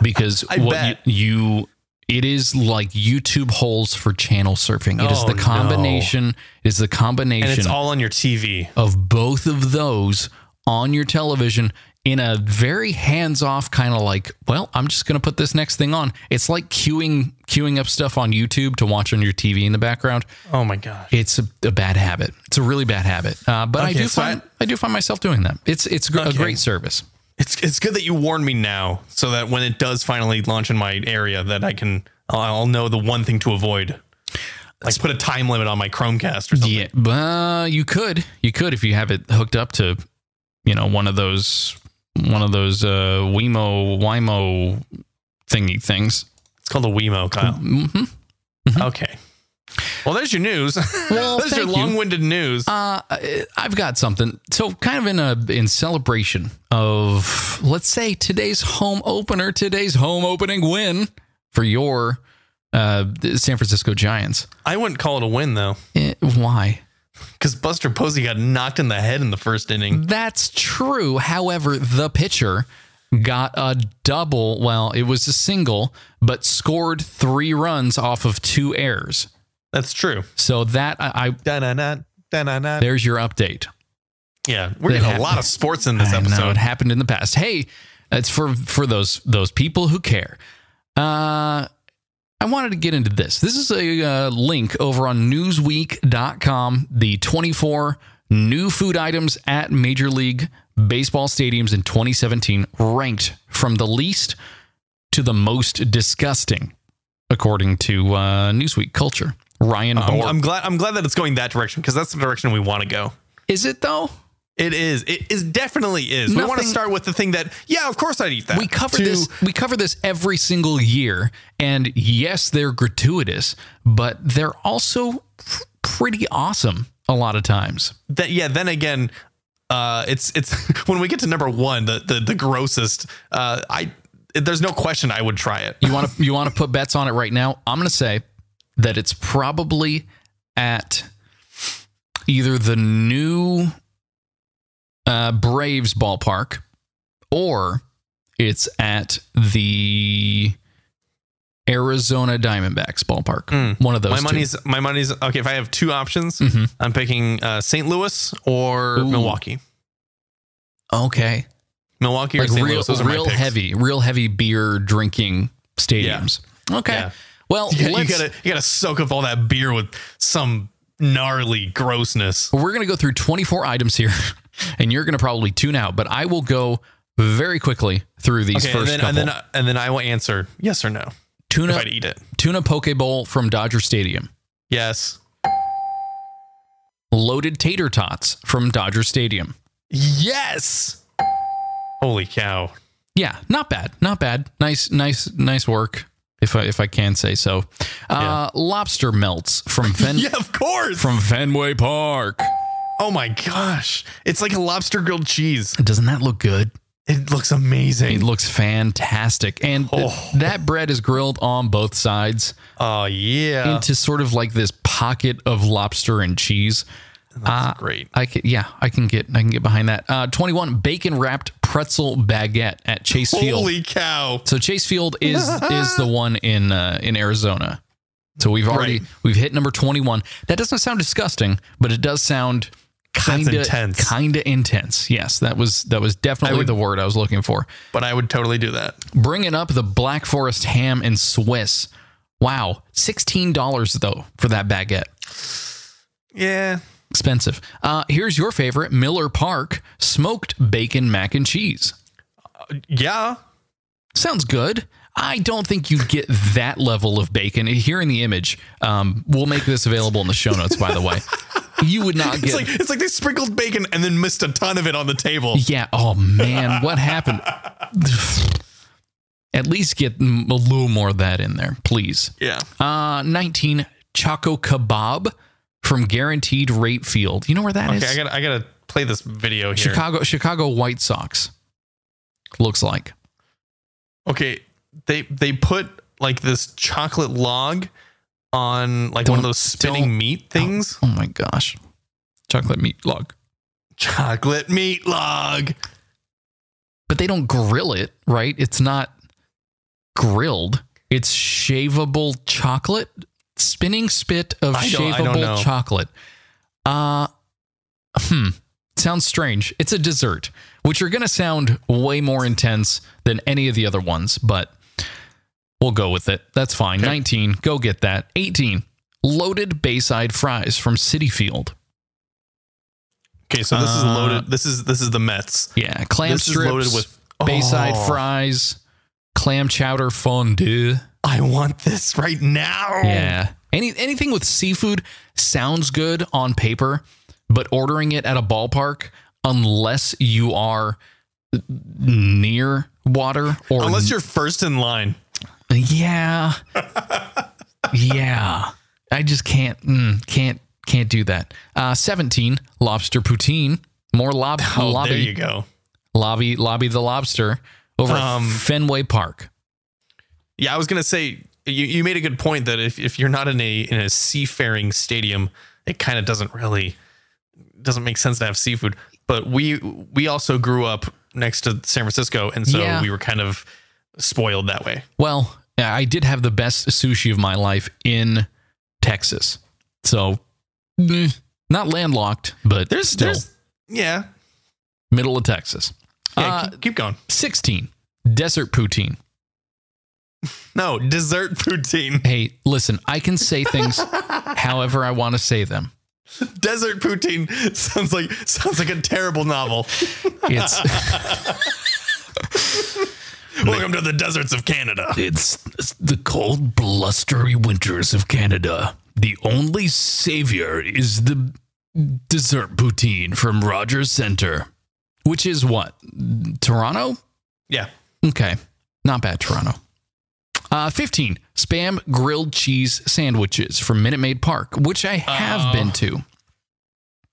because
I
what
bet.
you, you it is like YouTube holes for channel surfing. It is
Oh,
the combination. It is the combination
And it's all on your TV.
of both of those on your television in a very hands-off kind of like, well, I'm just going to put this next thing on. It's like queuing queuing up stuff on YouTube to watch on your TV in the background.
Oh my gosh.
It's a, a bad habit. It's a really bad habit. Uh, but I
Okay,
do
so
find I, do find myself doing that. It's it's gr- a
Okay.
great service.
It's it's good that you warned me now so that when it does finally launch in my area that I can I'll know the one thing to avoid. Like put a time limit on my Chromecast or something.
Yeah, uh, you could you could if you have it hooked up to, you know, one of those one of those uh, Wemo Wimo thingy things.
It's called a Wemo, Kyle.
Mm-hmm.
Okay. Well, there's your news. *laughs*
Well,
there's your
thank you.
long-winded news.
Uh, I- I've got something. So kind of in a in celebration of let's say today's home opener, today's home opening win for your uh, San Francisco Giants.
I wouldn't call it a win though,
Eh, why?
because Buster Posey got knocked in the head in the first inning.
That's true. However, the pitcher got a double. Well, it was a single, but scored three runs off of two errors.
That's true.
So that I, I
Da-na-na, da-na-na.
there's your update.
Yeah,
That
we're getting a
happened.
lot of sports in this
I know,
episode.
it happened in the past. Hey, it's for for those those people who care. Uh, I wanted to get into this. This is a uh, link over on Newsweek.com. The 24 new food items at Major League Baseball stadiums in 2017, ranked from the least to the most disgusting, according to uh, Newsweek Culture. Ryan
I'm,
Bohr.
I'm glad. I'm glad that it's going that direction because that's the direction we want to go.
is it though?
It is. It is definitely is. We want to
Nothing-
start with the thing that. Yeah, of course I'd eat that.
we cover
To-
this we cover this every single year and yes they're gratuitous but they're also pr- pretty awesome a lot of times
That yeah. Then again, uh, it's it's *laughs* when we get to number one, the the, the grossest. Uh, I there's no question I would try it.
you want to you want to put bets on it right now i'm going to say that it's probably at either the new uh, braves ballpark or it's at the arizona diamondbacks ballpark one of those
Hmm. My
two. Mm-hmm.
money's my money's okay. If I have two options, I'm picking uh, St. Louis or
Ooh.
Milwaukee.
okay
Milwaukee or
like
St.
real,
Louis. Those are
real
my picks.
heavy, real heavy beer drinking stadiums. Okay.
Yeah.
Well,
You, you
let's-
gotta you gotta soak up all that beer with some gnarly grossness.
we're going to go through 24 items here, *laughs* and you're going to probably tune out, but I will go very quickly through these
Okay, and
first
then, and
couple.
then and then I will answer yes or no if
tuna,
I'd eat it.
tuna poke bowl from Dodger Stadium.
Yes.
Loaded tater tots from Dodger Stadium.
Yes. Holy cow.
Yeah, not bad, not bad. Nice, nice, nice work. If I if I can say so, uh, lobster melts from
*laughs*
Fen-
Yeah, of course.
from Fenway Park.
Oh my gosh. It's like a lobster grilled cheese.
Doesn't that look good?
It looks amazing.
It looks fantastic. And th-
Oh.
that bread is grilled on both sides
oh yeah.
into sort of like this pocket of lobster and cheese. uh,
That's great.
I can, yeah, I can get I can get behind that. Uh, 21 bacon wrapped pretzel baguette at Chase Field.
Holy cow.
so Chase Field is is
*laughs*
the one in uh, in Arizona. So we've already
Right.
we've hit number 21. That doesn't sound disgusting, but it does sound kind of
intense.
kind of intense. Yes, that was that was definitely
would-
the word I was looking for.
But I would totally do that.
Bringing up the Black Forest ham and Swiss. Wow, sixteen dollars though for that baguette.
Yeah.
Expensive. Uh, here's your favorite Miller Park smoked bacon mac and cheese.
Yeah.
Sounds good. I don't think you'd get that level of bacon here in the image. Um, we'll make this available in the show notes, by the way. You would not
It's
get.
like it's like they sprinkled bacon and then missed a ton of it on the table. *laughs*
yeah. Oh man, what happened? At least get mm, a little more of that in there, please.
Yeah.
Uh, 19 Choco Kebab from Guaranteed Rate Field. You know where that is?
Okay, I gotta I gotta play this video here.
Chicago Chicago White Sox. Looks like.
Okay, they they put like this chocolate log on like
Don't-
one of those spinning
don't-
meat things.
Oh, oh my gosh. Chocolate meat log.
Chocolate meat log.
But they don't grill it, right? It's not grilled. It's shavable chocolate. Spinning spit of
I don't- I don't know.
shavable chocolate. Uh hmm. Sounds strange. It's a dessert, which are gonna sound way more intense than any of the other ones, but We'll go with it. That's fine. 19, go get that. 18, loaded Bayside fries from City Field.
Okay, so this is
Uh,
loaded. This is this is the Mets.
Yeah, clam
this
strips,
is loaded with
Bayside
Oh,
fries, clam chowder fondue.
I want this right now.
Yeah. Any anything with seafood sounds good on paper, but ordering it at a ballpark unless you are near water or
Unless you're first in line. *laughs*
Yeah. yeah. I just can't mm, can't can't do that. Uh 17 lobster poutine, more lob
Oh,
lobby
there you go.
lobby lobby the lobster over at
Um,
Fenway Park.
Yeah, I was gonna say you, you made a good point that if, if you're not in a in a seafaring stadium, it kind of doesn't really doesn't make sense to have seafood. But we we also grew up next to San Francisco, and so
Yeah.
we were kind of spoiled that way.
Well, I did have the best sushi of my life in Texas. So mm, not landlocked, but
There's
still
there's yeah
middle of Texas.
yeah
Uh,
keep, keep going.
16 desert poutine.
No dessert poutine, *laughs*
Hey, listen, I can say things however I want to say them.
desert poutine sounds like sounds like a
*laughs*
terrible novel.
It's
Welcome to the deserts of Canada.
It's the cold, blustery winters of Canada. The only savior is the dessert poutine from Rogers Center, which is what? Toronto?
Yeah,
Okay. Not bad, Toronto. Uh, 15. Spam grilled cheese sandwiches from Minute Maid Park, which I have
Oh.
been to.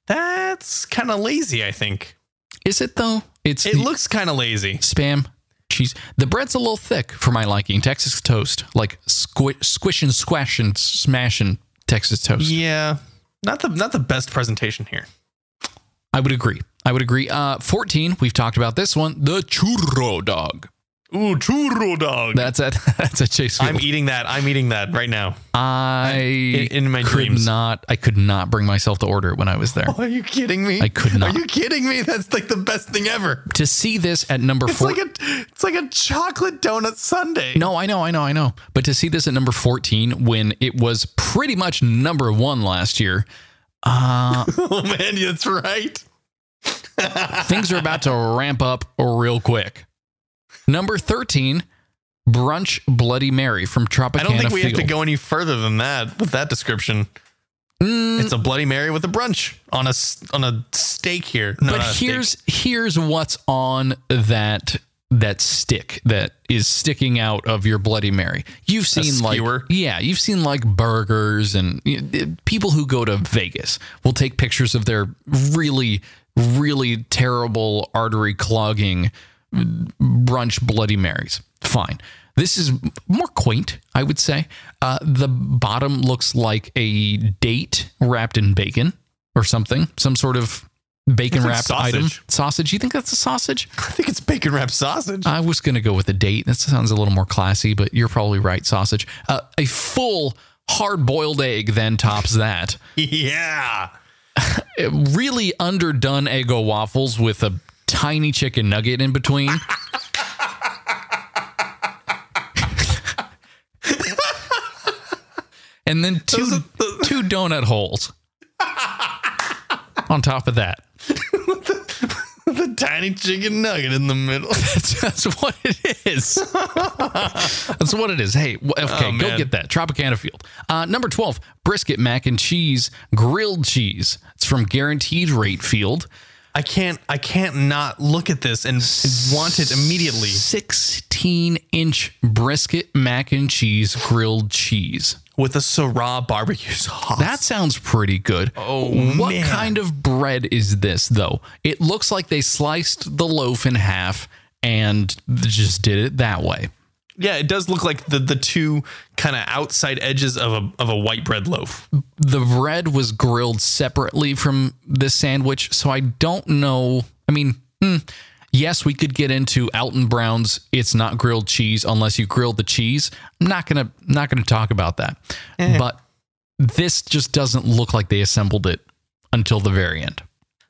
that's kind of lazy. I think
Is it though? It's
it looks kind of lazy.
spam cheese. The bread's a little thick for my liking. Texas toast, like squi- squish and squash and smash and Texas toast.
Yeah, not the not the best presentation here.
I would agree. I would agree. Uh, 14, we've talked about this one, the churro dog.
Ooh, churro dog.
That's at *laughs* that's at Chase
I'm
Field.
eating that. I'm eating that right now.
I
in- in my
could
dreams.
not I could not bring myself to order it when I was there.
are you kidding me?
I could not.
Are you kidding me? That's like the best thing ever.
To see this at number
It's
four.
like a it's like a chocolate donut sundae.
no, I know, I know, I know. But to see this at number 14 when it was pretty much number one last year,
*laughs* oh man, that's right.
things are about to ramp up real quick. Number 13, brunch Bloody Mary from Tropicana
I don't think we
Field.
have to go any further than that with that description.
Mm.
It's a Bloody Mary with a brunch on a s- on a steak here. No,
but
not a steak.
here's here's what's on that that stick that is sticking out of your bloody mary you've seen like
skewer?
yeah you've seen like burgers and y- y- people who go to vegas will take pictures of their really really terrible artery clogging brunch bloody marys fine this is more quaint i would say uh, the bottom looks like a date wrapped in bacon or something some sort of bacon wrapped
It's like
item
sausage.
sausage you think that's a sausage
I think it's bacon wrapped sausage.
i was going to go with a date that sounds a little more classy but you're probably right sausage uh, a full hard boiled egg then tops that
*laughs* yeah.
really underdone Eggo waffles with a tiny chicken nugget in between. and then two two donut holes on top of that.
*laughs*
*laughs*
The tiny chicken nugget in the middle.
*laughs* That's, that's what it is. *laughs* that's what it is. Hey, wh- okay, go
man.
get that. Tropicana Field. Uh, number 12, brisket mac and cheese, grilled cheese. It's from Guaranteed Rate Field.
I can't I can't not look at this and want it immediately.
16 inch brisket mac and cheese grilled cheese.
with a Syrah barbecue *laughs* sauce.
That sounds pretty good. Oh, what
man.
kind of bread is this though? It looks like they sliced the loaf in half and just did it that way.
yeah, it does look like the the two kind of outside edges of a of a white bread loaf.
The bread was grilled separately from this sandwich, so I don't know. I mean, hmm, yes, we could get into Alton Brown's "It's not grilled cheese unless you grill the cheese." I'm not gonna not gonna talk about that, but this just doesn't look like they assembled it until the very end.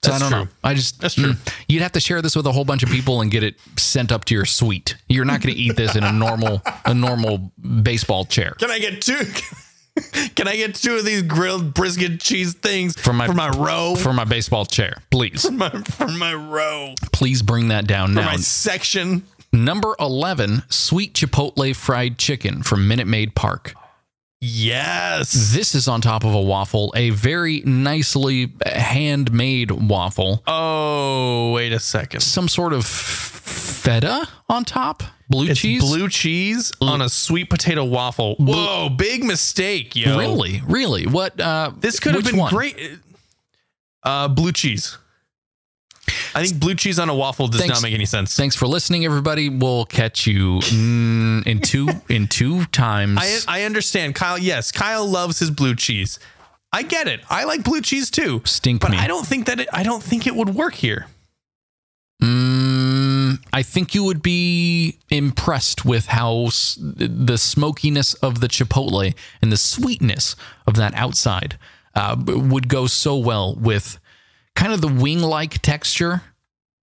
So
That's
I don't
true.
know. I just
That's true.
mm, you'd have to share this with a whole bunch of people and get it sent up to your suite. You're not going to eat this in a normal a normal baseball chair.
Can I get two? *laughs* Can I get two of these grilled brisket cheese things for
my-
for my row? For
For my baseball chair, please.
*laughs* my, for my row.
Please bring that down
For
now.
my section.
Number 11, sweet chipotle fried chicken from Minute Maid Park.
Yes.
This is on top of a waffle, a very nicely handmade waffle,
Oh, wait a second.
some sort of feta on top, blue
It's
cheese.
blue cheese on a sweet potato waffle. Whoa, big mistake, yo.
Really? Really? What uh
This could have
which
been
one?
great. Uh, blue cheese. I think blue cheese on a waffle does
Thanks.
not make any sense.
Thanks for listening, everybody. We'll catch you mm, in two in two times.
*laughs* I I understand, Kyle. Yes, Kyle loves his blue cheese. I get it. I like blue cheese too.
Stink
but
me.
I don't think that it, I don't think it would work here.
Mm, I think you would be impressed with how s- the smokiness of the chipotle and the sweetness of that outside uh, b- would go so well with kind of the wing-like texture.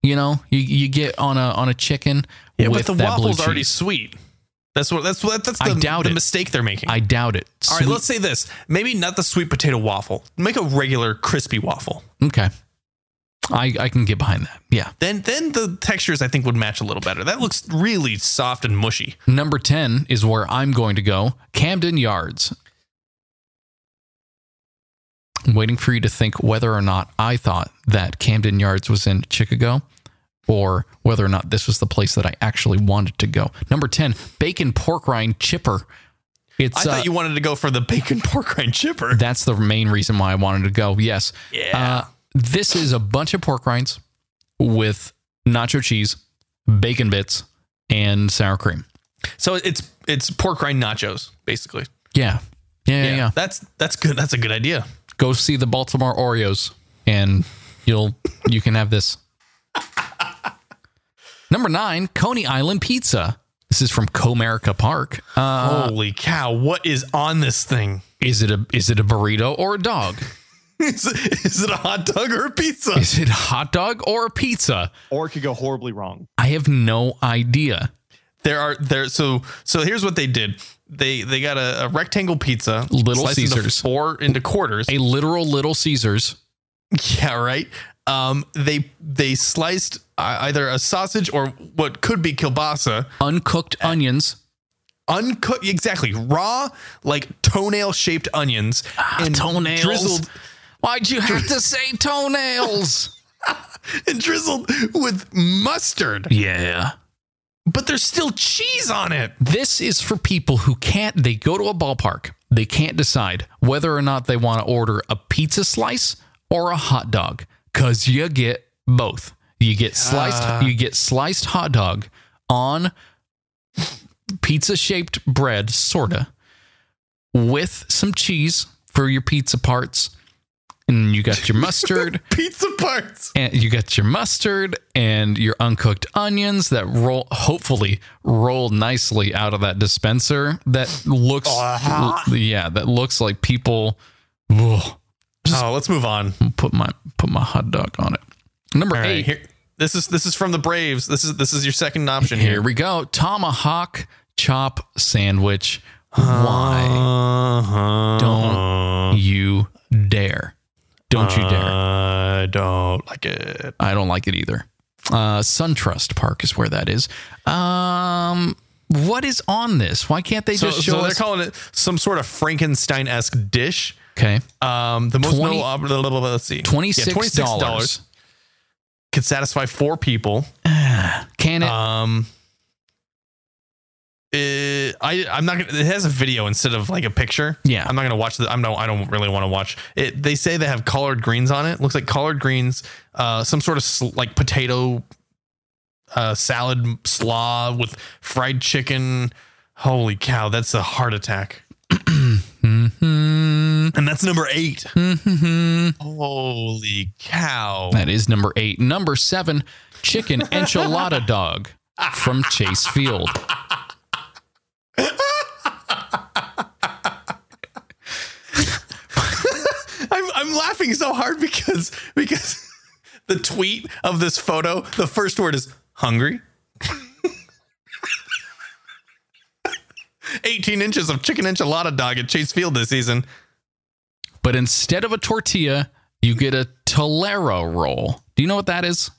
You know, you, you get on a on a chicken
Yeah,
with
but the
that blue
waffles already
cheese.
sweet. That's what that's what that's the,
I doubt
the
it.
mistake they're making.
I doubt it.
All right, let's say this. Maybe not the sweet potato waffle. Make a regular crispy waffle.
Okay, I I can get behind that. Yeah.
Then then the textures I think would match a little better. That looks really soft and mushy.
Number 10 is where I'm going to go Camden Yards. I'm waiting for you to think whether or not I thought that Camden Yards was in Chicago or whether or not this was the place that I actually wanted to go. Number 10, bacon pork rind chipper. It's
I
uh,
thought you wanted to go for the bacon *laughs* pork rind chipper.
that's the main reason why I wanted to go. Yes. Uh,
Yeah.
this is a bunch of pork rinds with nacho cheese, bacon bits, and sour cream.
so it's it's pork rind nachos basically.
Yeah. Yeah, yeah, yeah.
That's that's good. That's a good idea.
go see the Baltimore Oreos and you'll you can have this. *laughs* Number nine, Coney Island Pizza. This is from Comerica Park. Uh,
Holy cow! What is on this thing? *laughs*
is it a is it a burrito or a dog?
is, it, is it a hot dog or a pizza?
Is it a hot dog or a pizza?
Or it could go horribly wrong.
I have no idea.
There are there. So so here's what they did. They they got a, a rectangle pizza,
Little
sliced into
Caesars.
four into quarters.
A literal Little Caesars.
*laughs* Yeah, right. Um, they they sliced uh, either a sausage or what could be kielbasa,
Uncooked onions.
uncooked, exactly raw, like toenail shaped onions and
Ah, toenails.
drizzled *laughs*
Why'd you have to say toenails?
and drizzled with mustard.
yeah.
But there's still cheese on it.
This is for people who can't, they go to a ballpark, they can't decide whether or not they want to order a pizza slice or a hot dog because you get both. You get sliced, you get sliced hot dog on pizza shaped bread, sorta, with some cheese for your pizza parts. And you got your mustard
Pizza parts.
and you got your mustard and your uncooked onions that roll hopefully roll nicely out of that dispenser that looks yeah that looks like people ugh,
Oh, let's move on.
put my put my hot dog on it number
All right,
eight
here. This is this is from the Braves. This is this is your second option
here
here.
we go tomahawk chop sandwich why
Uh-huh.
don't you dare don't you dare
I don't like it.
I don't like it either. Uh, SunTrust Park is where that is. Um, what is on this? Why can't they
So,
just
so
show
they're
us?
calling it some sort of Frankenstein esque dish.
okay,
Um, the most
20
notable- let's see, Yeah,
twenty six
$26.
dollars
Could satisfy four people.
Can it?
Um, eh, I I'm not gonna. It has a video instead of like a picture.
Yeah.
I'm not gonna watch the. I'm no. I don't really want to watch it. They say they have collard greens on it. Looks like collard greens. Uh, some sort of sl- like potato. Uh, salad slaw with fried chicken. Holy cow, that's a heart attack.
Mhm.
And that's number eight.
Mhm.
Holy cow.
*laughs* That is number eight. Number seven,
*laughs*
chicken enchilada dog from Chase Field.
I'm, I'm laughing so hard because because *laughs* the tweet of this photo, the first word is hungry. *laughs* 18 inches of chicken enchilada dog at Chase Field this season.
But instead of a tortilla, you get a Tolero roll. Do you know what that is?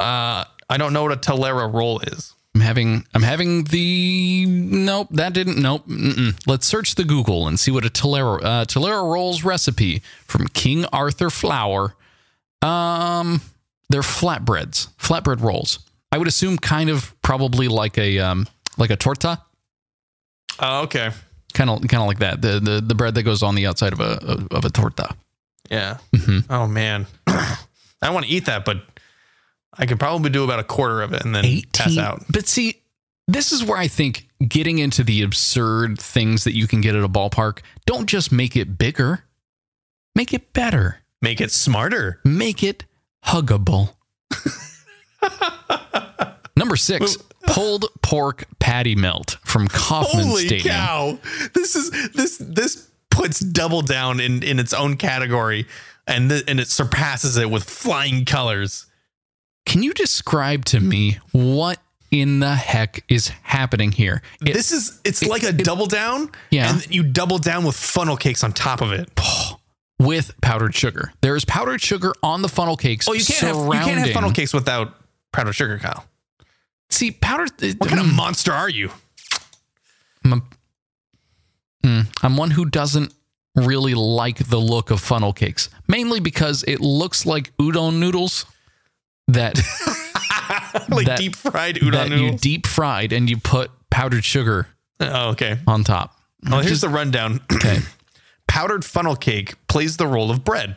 Uh, I don't know what a Tolera roll is.
I'm having I'm having the nope that didn't nope mm-mm. let's search the Google and see what a Tolero uh, Tolero rolls recipe from King Arthur Flour. Um, they're flatbreads, flatbread rolls. I would assume kind of probably like a um like a torta,
Oh, okay.
kind of kind of like that. The the the bread that goes on the outside of a of a torta.
Yeah. Oh, man. *clears throat* I want to eat that, but I could probably do about a quarter of it and then pass out.
But see, this is where I think getting into the absurd things that you can get at a ballpark, don't just make it bigger, make it better,
Make it smarter.
make it
*laughs*
huggable. Number six,
*laughs*
pulled pork patty melt from Kaufman
Holy
Stadium.
cow! This is this this puts double down in in its own category, and th- and it surpasses it with flying colors.
Can you describe to me what in the heck is happening here? It-
this is it's like a double down,
Yeah. Oh,
and then you double down with funnel cakes on top of it.
with powdered sugar. There is powdered sugar on the funnel cakes.
Oh, you can't have you can't have
surrounding-
funnel cakes without powdered sugar, Kyle.
See, powdered.
What
Mm.
kind of monster are you? *laughs*
I'm, a- Mm, I'm one who doesn't really like the look of funnel cakes, mainly because it looks like udon noodles that
like
That-
deep fried *laughs* udon
that you
noodles.
deep fried and you put powdered sugar
oh, okay.
on top.
Well, here's the rundown. *clears throat*
Okay.
Powdered funnel cake plays the role of bread.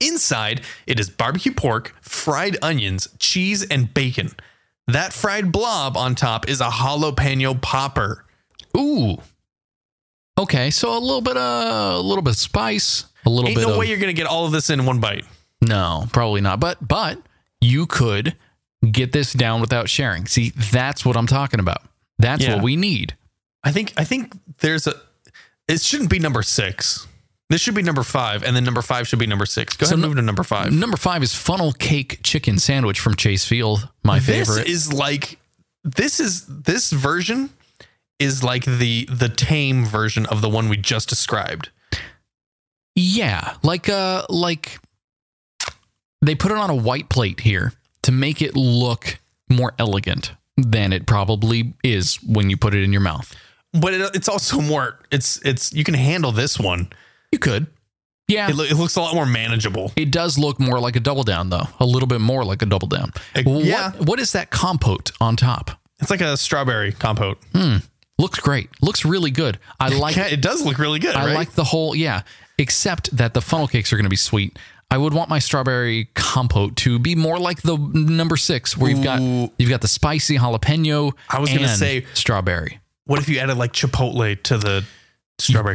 Inside, it is barbecue pork, fried onions, cheese, and bacon. That fried blob on top is a jalapeno popper.
Ooh. Okay, so a little bit of a little bit of spice, a little
Ain't
bit
no
of
way you're gonna get all of this in one bite.
No, probably not. But but you could get this down without sharing. See, that's what I'm talking about. That's
Yeah.
what we need.
I think I think there's a. It shouldn't be number six. This should be number five, and then number five should be number six. Go ahead and
no-
move to number five.
Number five is funnel cake chicken sandwich from Chase Field, my favorite.
This is like this is this version is like the the tame version of the one we just described.
yeah, like uh, like they put it on a white plate here to make it look more elegant than it probably is when you put it in your mouth.
But it, it's also more it's it's you can handle this one.
You could, yeah.
It,
It,
lo- it looks a lot more manageable.
does look more like a double down though, a little bit more like a double down.
It-
what,
yeah.
what is that compote on top?
It's like a strawberry compote.
Looks great. Looks really good.
*laughs*
I like
Yeah, it does look really good,
I
right?
like the whole, yeah, except that the funnel cakes are going to be sweet. I would want my strawberry compote to be more like the number six, where you've got
Ooh.
you've got the spicy jalapeno.
I was gonna
and
say-
strawberry.
what if you added like chipotle to the strawberry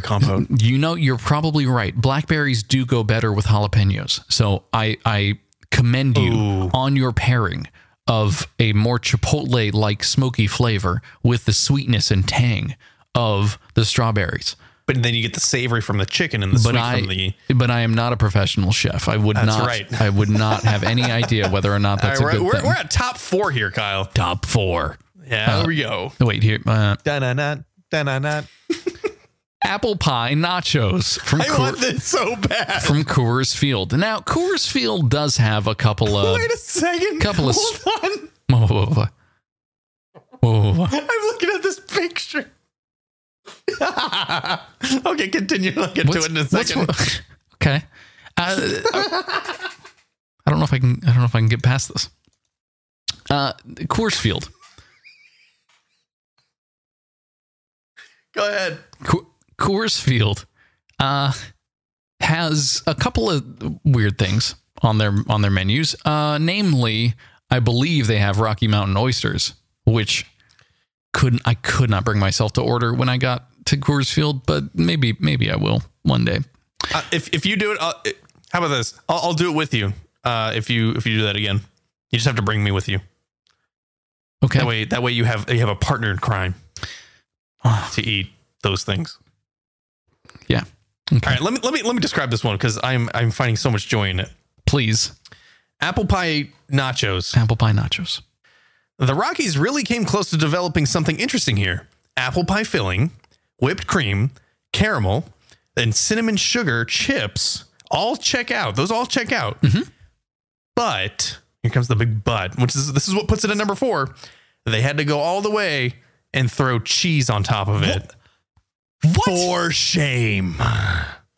*laughs*
compote?
You know, you're probably right. Blackberries do go better with jalapenos, so I I commend you
Ooh.
on your pairing of a more chipotle like smoky flavor with the sweetness and tang of the strawberries.
But then you get the savory from the chicken and the
but
sweet
I,
from the
but I am not a professional chef. I would
That's
not.
right.
I would not have any idea whether or not that's
*laughs* All right,
a good
we're,
thing.
we're at top four here, Kyle.
Top four.
Yeah, there we go.
Wait here. Uh,
Da-na-na, da-na-na.
apple pie nachos from
I
Coor,
want this so bad.
from Coors Field. Now Coors Field does have a couple of.
*laughs* Wait a second.
couple of-
Hold on.
*laughs* Whoa, whoa, whoa, whoa, whoa, whoa.
I'm looking at this picture. *laughs*
*laughs*
okay, continue. I'll get to it in a
what's-
*laughs* second.
okay. Uh, I don't know if I can. I don't know if I can get past this. Uh, Coors Field.
Go ahead.
Co- Coors Field uh, has a couple of weird things on their on their menus. Uh, namely, I believe they have Rocky Mountain oysters, which couldn't I could not bring myself to order when I got to Coors Field, but maybe maybe I will one day.
Uh, if if you do it, I'll, it- how about this? I'll, I'll do it with you. Uh, if you if you do that again, you just have to bring me with you.
Okay.
That way, that way you have you have a partner in crime
Ah.
to eat those things.
Yeah. Okay.
All right, let me let me let me describe this one because I'm I'm finding so much joy in it.
Please,
Apple pie nachos.
apple pie nachos.
The Rockies really came close to developing something interesting here apple pie filling, whipped cream, caramel, and cinnamon sugar chips all check out. Those all check out.
Mm-hmm.
But here comes the big but, which is this is what puts it at number four. They had to go all the way and throw cheese on top of it. For shame.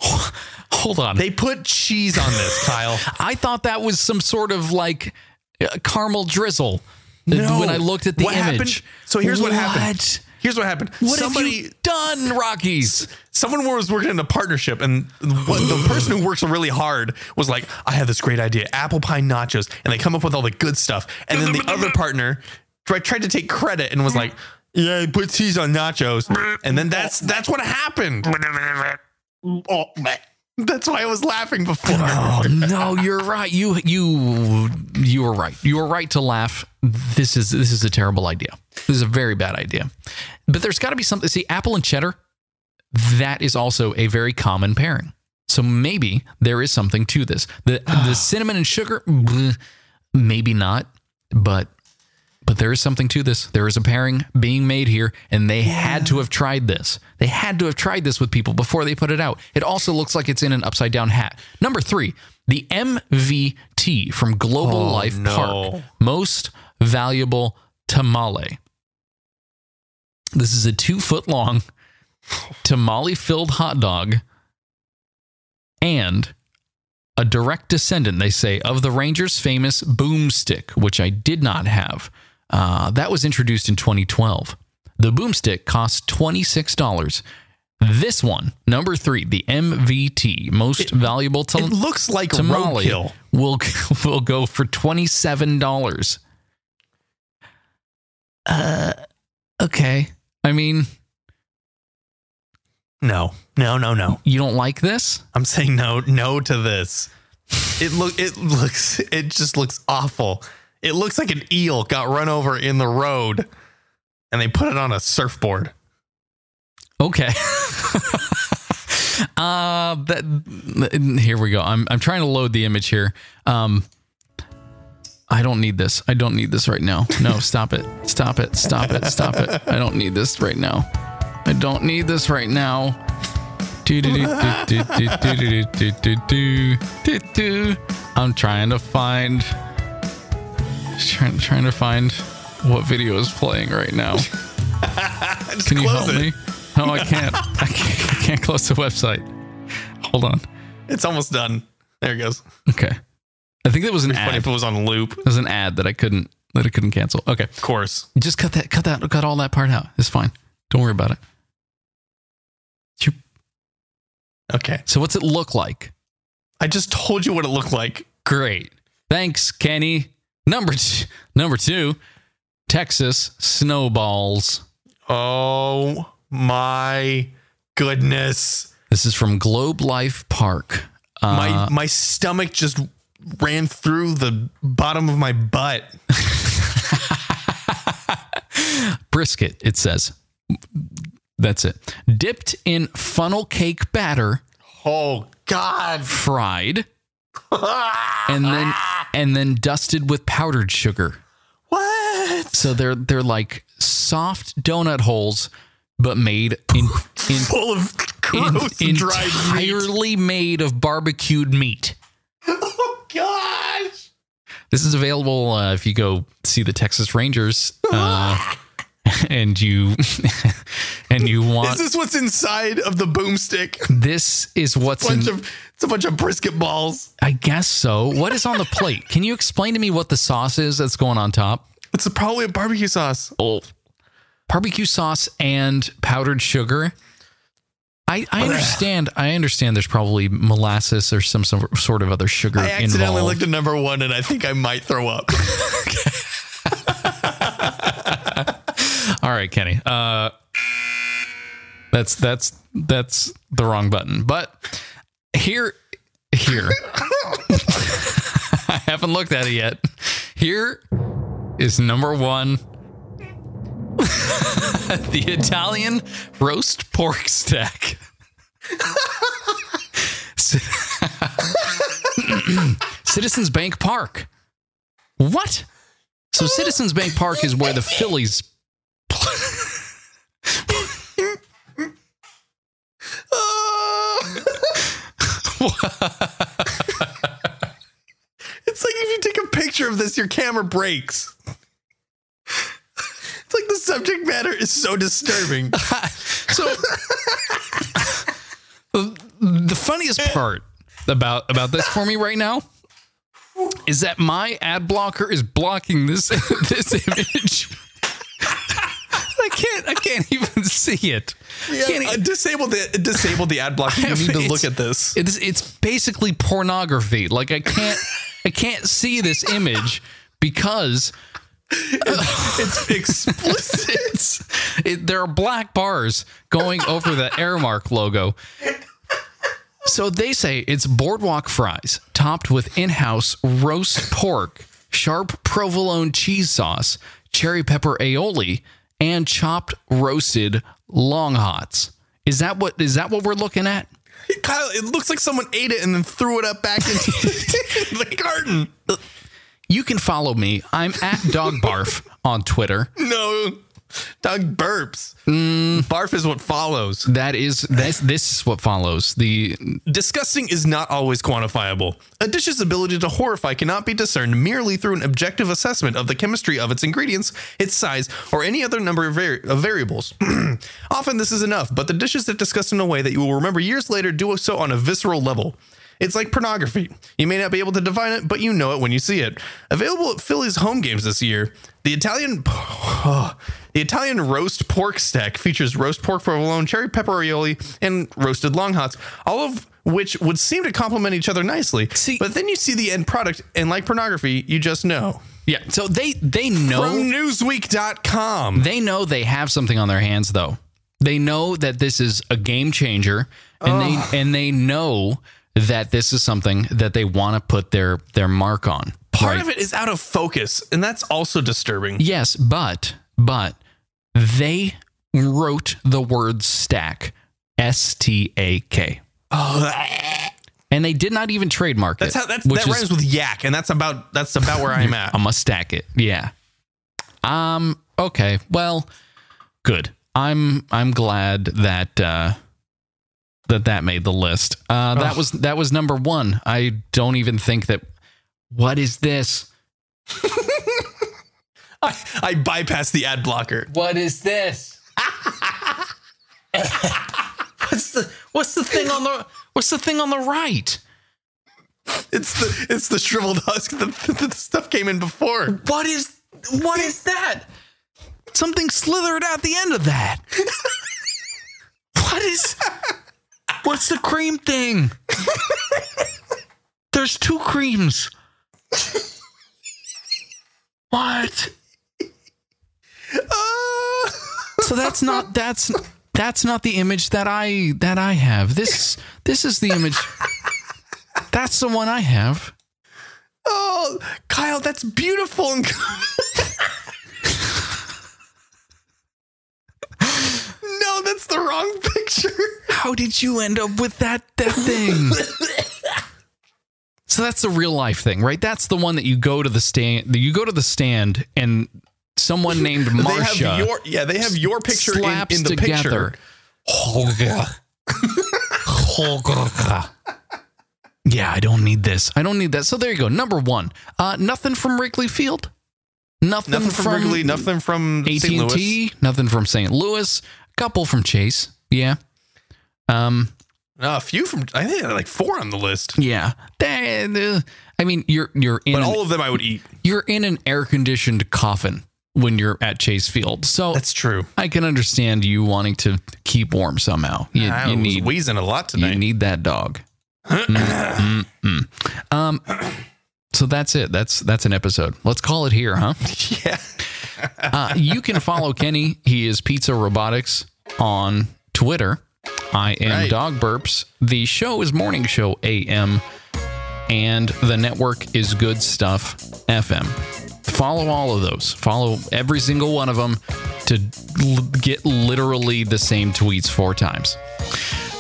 Hold on.
They put cheese on this, Kyle.
I thought that was some sort of like uh, caramel drizzle. uh, *laughs*
No.
When I looked at the
What happened-
image.
so here's what happened.
What?
Here's what happened.
What
Somebody
have you done, Rockies?
someone was working in a partnership and what the person who works really hard was like i have this great idea apple pie nachos and they come up with all the good stuff and then the other partner tri- tried to take credit and was like yeah I put cheese on nachos and then that's that's what happened that's why i was laughing before
Oh no, you're right. You you you were right. You were right to laugh. This is this is a terrible idea. This is a very bad idea. But there's got to be something. See, apple and cheddar. That is also a very common pairing. So maybe there is something to this. The *sighs* the cinnamon and sugar, bleh, maybe not, but but there is something to this. There is a pairing being made here, and they had to have tried this. They had to have tried this with people before they put it out. It also looks like it's in an upside down hat. Number three, the MVT from Global Life
no.
Park, most valuable tamale. This is a two foot long tamale filled hot dog and a direct descendant, they say, of the Rangers' famous boomstick, which I did not have. Uh, that was introduced in 2012. The boomstick cost $26. This one, number three, the MVT, most valuable to-
it looks like
tamale,
roadkill
will, *laughs* will go for $27. Uh, okay. I mean,
no no no no
you don't like this?
i'm saying no no to this it look it looks it just looks awful it looks like an eel got run over in the road and they put it on a surfboard
Okay. *laughs* uh that here we go. I'm I'm trying to load the image here. Um I don't need this. I don't need this right now. No, stop it. Stop it. Stop it. Stop it. I don't need this right now. I don't need this right now. Do-do-do-do-do-do-do-do-do-do-do. I'm trying to find trying trying to find what video is playing right now.
Just
Can you
close
help
it.
me? No, I can't. I can't. I can't close the website. Hold on.
It's almost done. There it goes.
Okay. I think that was an
Funny
ad.
if it
That
was on loop. Of
was an ad that I couldn't that I couldn't cancel. Okay.
course.
Just cut that. Cut that. Cut all that part out. It's fine. Don't worry about it. Choop.
Okay.
So what's it look like?
I just told you what it looked like.
Great. Thanks, Kenny. Number two, number two, Texas snowballs.
Oh my goodness.
This is from Globe Life Park. Uh,
My my stomach just ran through the bottom of my butt.
brisket, it says. That's it. Dipped in funnel cake batter,
Oh God. *laughs*
fried, and then and then dusted with powdered sugar.
What?
So they're they're like soft donut holes, but made in
*laughs*
in,
Full of
in,
gross dried meat.
entirely made of barbecued meat.
*laughs* Oh gosh.
This is available uh, if you go see the Texas Rangers,
*laughs*
uh, and you *laughs* and you want Uh,
Is this what's inside of the boomstick?
this is what's in,
Bunch of It's a bunch of brisket balls.
I guess so. What is on the plate? Can you explain to me what the sauce is that's going on top?
It's probably a barbecue sauce.
Oh, barbecue sauce and powdered sugar. I, I understand. I understand. There's probably molasses or some, some sort of other sugar
I accidentally
involved.
looked at number one and I think I might throw up.
All right, Kenny. Uh, that's that's that's the wrong button. But here, here, *laughs* I haven't looked at it yet. Here is number one. *laughs* the Italian *laughs* roast pork stack. Citizens Bank Park. What? So Citizens Bank Park is where the Phillies
Ah. *laughs* It's like if you take a picture of this, your camera breaks. It's like the subject matter is
*laughs*
so disturbing.
So the funniest
Eh.
part about about this for me right now is that my ad blocker is blocking this *laughs* this image. *laughs* I can't I can't even see it.
Yeah,
Can't
uh,
e-
disable the disable the ad block. You
have-
need to
it's-
look
*laughs*
at this.
It's it's basically pornography. Like I can't I can't see this image because
It's explicit. *laughs*
it's it, there are black bars going over the Airmark logo. So they say it's boardwalk fries topped with in-house roast pork, sharp provolone cheese sauce, cherry pepper aioli, and chopped roasted long hots. Is that what is that what we're looking at?
Kyle, it looks like someone ate it and then threw it up back into *laughs* the garden.
You can follow me. I'm at dogbarf on Twitter.
*laughs* No. Doug burps. Barf is what follows.
That is this this is what follows. The
Disgusting is not always quantifiable. A dish's ability to horrify cannot be discerned merely through an objective assessment of the chemistry of its ingredients, its size, or any other number of, vari- of variables. *clears throat* Often this is enough, but the dishes that disgust in a way that you will remember years later do so on a visceral level. It's like pornography. You may not be able to define it, but you know it when you see it. Available at Phillies home games this year, the Italian *sighs* the Italian roast pork stack features roast pork provolone, cherry pepper aioli, and roasted long hots, all of which would seem to complement each other nicely.
See-
but then you see the end product, and like pornography, you just know.
yeah. So they they know
From Newsweek.com.
They know they have something on their hands though. They know that this is a game changer and they and they know that this is something that they want to put their their mark on.
Part
right?
of it is out of focus, and that's also disturbing.
Yes, but but they wrote the word stack S T A K. And they did not even trademark
Oh, That's
it.
how that's,
which
that
is-
rhymes with yak, and that's about that's about where *laughs* I'm at.
I must stack it. Yeah. Um. Okay. Well. Good. I'm. I'm glad that uh, that that made the list. Uh, that was that was number one. I don't even think that. What is this?
I, I bypassed the ad blocker.
What is this? *laughs* what's the What's the thing on the What's the thing on the right?
It's the it's the shriveled husk that *laughs* the, the stuff came in before.
What is What is that? Something slithered out the end of that. what is What's the cream thing? There's two creams. What?
Uh,
So that's not that's that's not the image that I that I have. This this is the image That's the one I have.
oh, Kyle, that's beautiful. *laughs* And no, that's the wrong picture.
How did you end up with that that thing?
*laughs*
so that's the real life thing, right? That's the one that you go to the stand. You go to the stand, and someone named Marsha
*laughs* They have your yeah, they have your picture in,
slaps
in the
together.
picture.
Holger. Holger. Yeah, I don't need this. I don't need that. So there you go. Number one, uh, nothing from Wrigley Field. Nothing,
Nothing from,
from
Wrigley, nothing from
AT
St.
and
Louis.
T, nothing from St. Louis, a couple from Chase, yeah. Um,
Uh, a few from I think there are like four on the list,
Yeah. uh, I mean, you're you're in
but
an,
all of them I would eat.
you're in an air conditioned coffin when you're at Chase Field. So
That's true.
I can understand you wanting to keep warm somehow. You,
I
you
was
need
wheezing a lot
you
tonight.
need that dog. Mm, mm, mm. Um, so that's it. That's that's an episode. Let's call it here, huh?
*laughs* yeah.
Uh, you can follow Kenny. He is Pizza Robotics on Twitter. I am
Right.
Dog Burps. The show is Morning Show AM, and the network is Good Stuff FM. Follow all of those. Follow every single one of them to l- get literally the same tweets four times.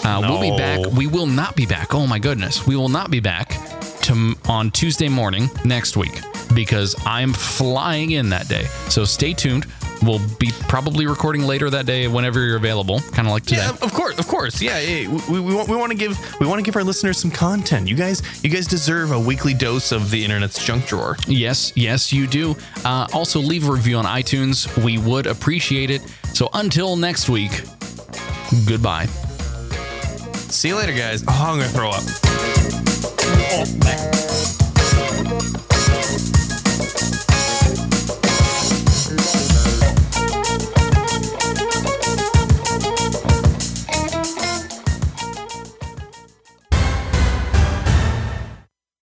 Uh, We'll be back.
No.
We will not be back. Oh my goodness, we will not be back to on Tuesday morning next week because I'm flying in that day. So stay tuned. We'll be probably recording later that day whenever you're available, kind of like today.
Yeah, of course, of course. Yeah, yeah, yeah. we, we, want- we want to give we want to give our listeners some content. You guys, you guys deserve a weekly dose of the internet's junk drawer.
Yes, yes, you do. Uh, also, leave a review on iTunes. We would appreciate it. So until next week, goodbye.
See you later, guys. Oh, I'm gonna throw up.
Oh, man.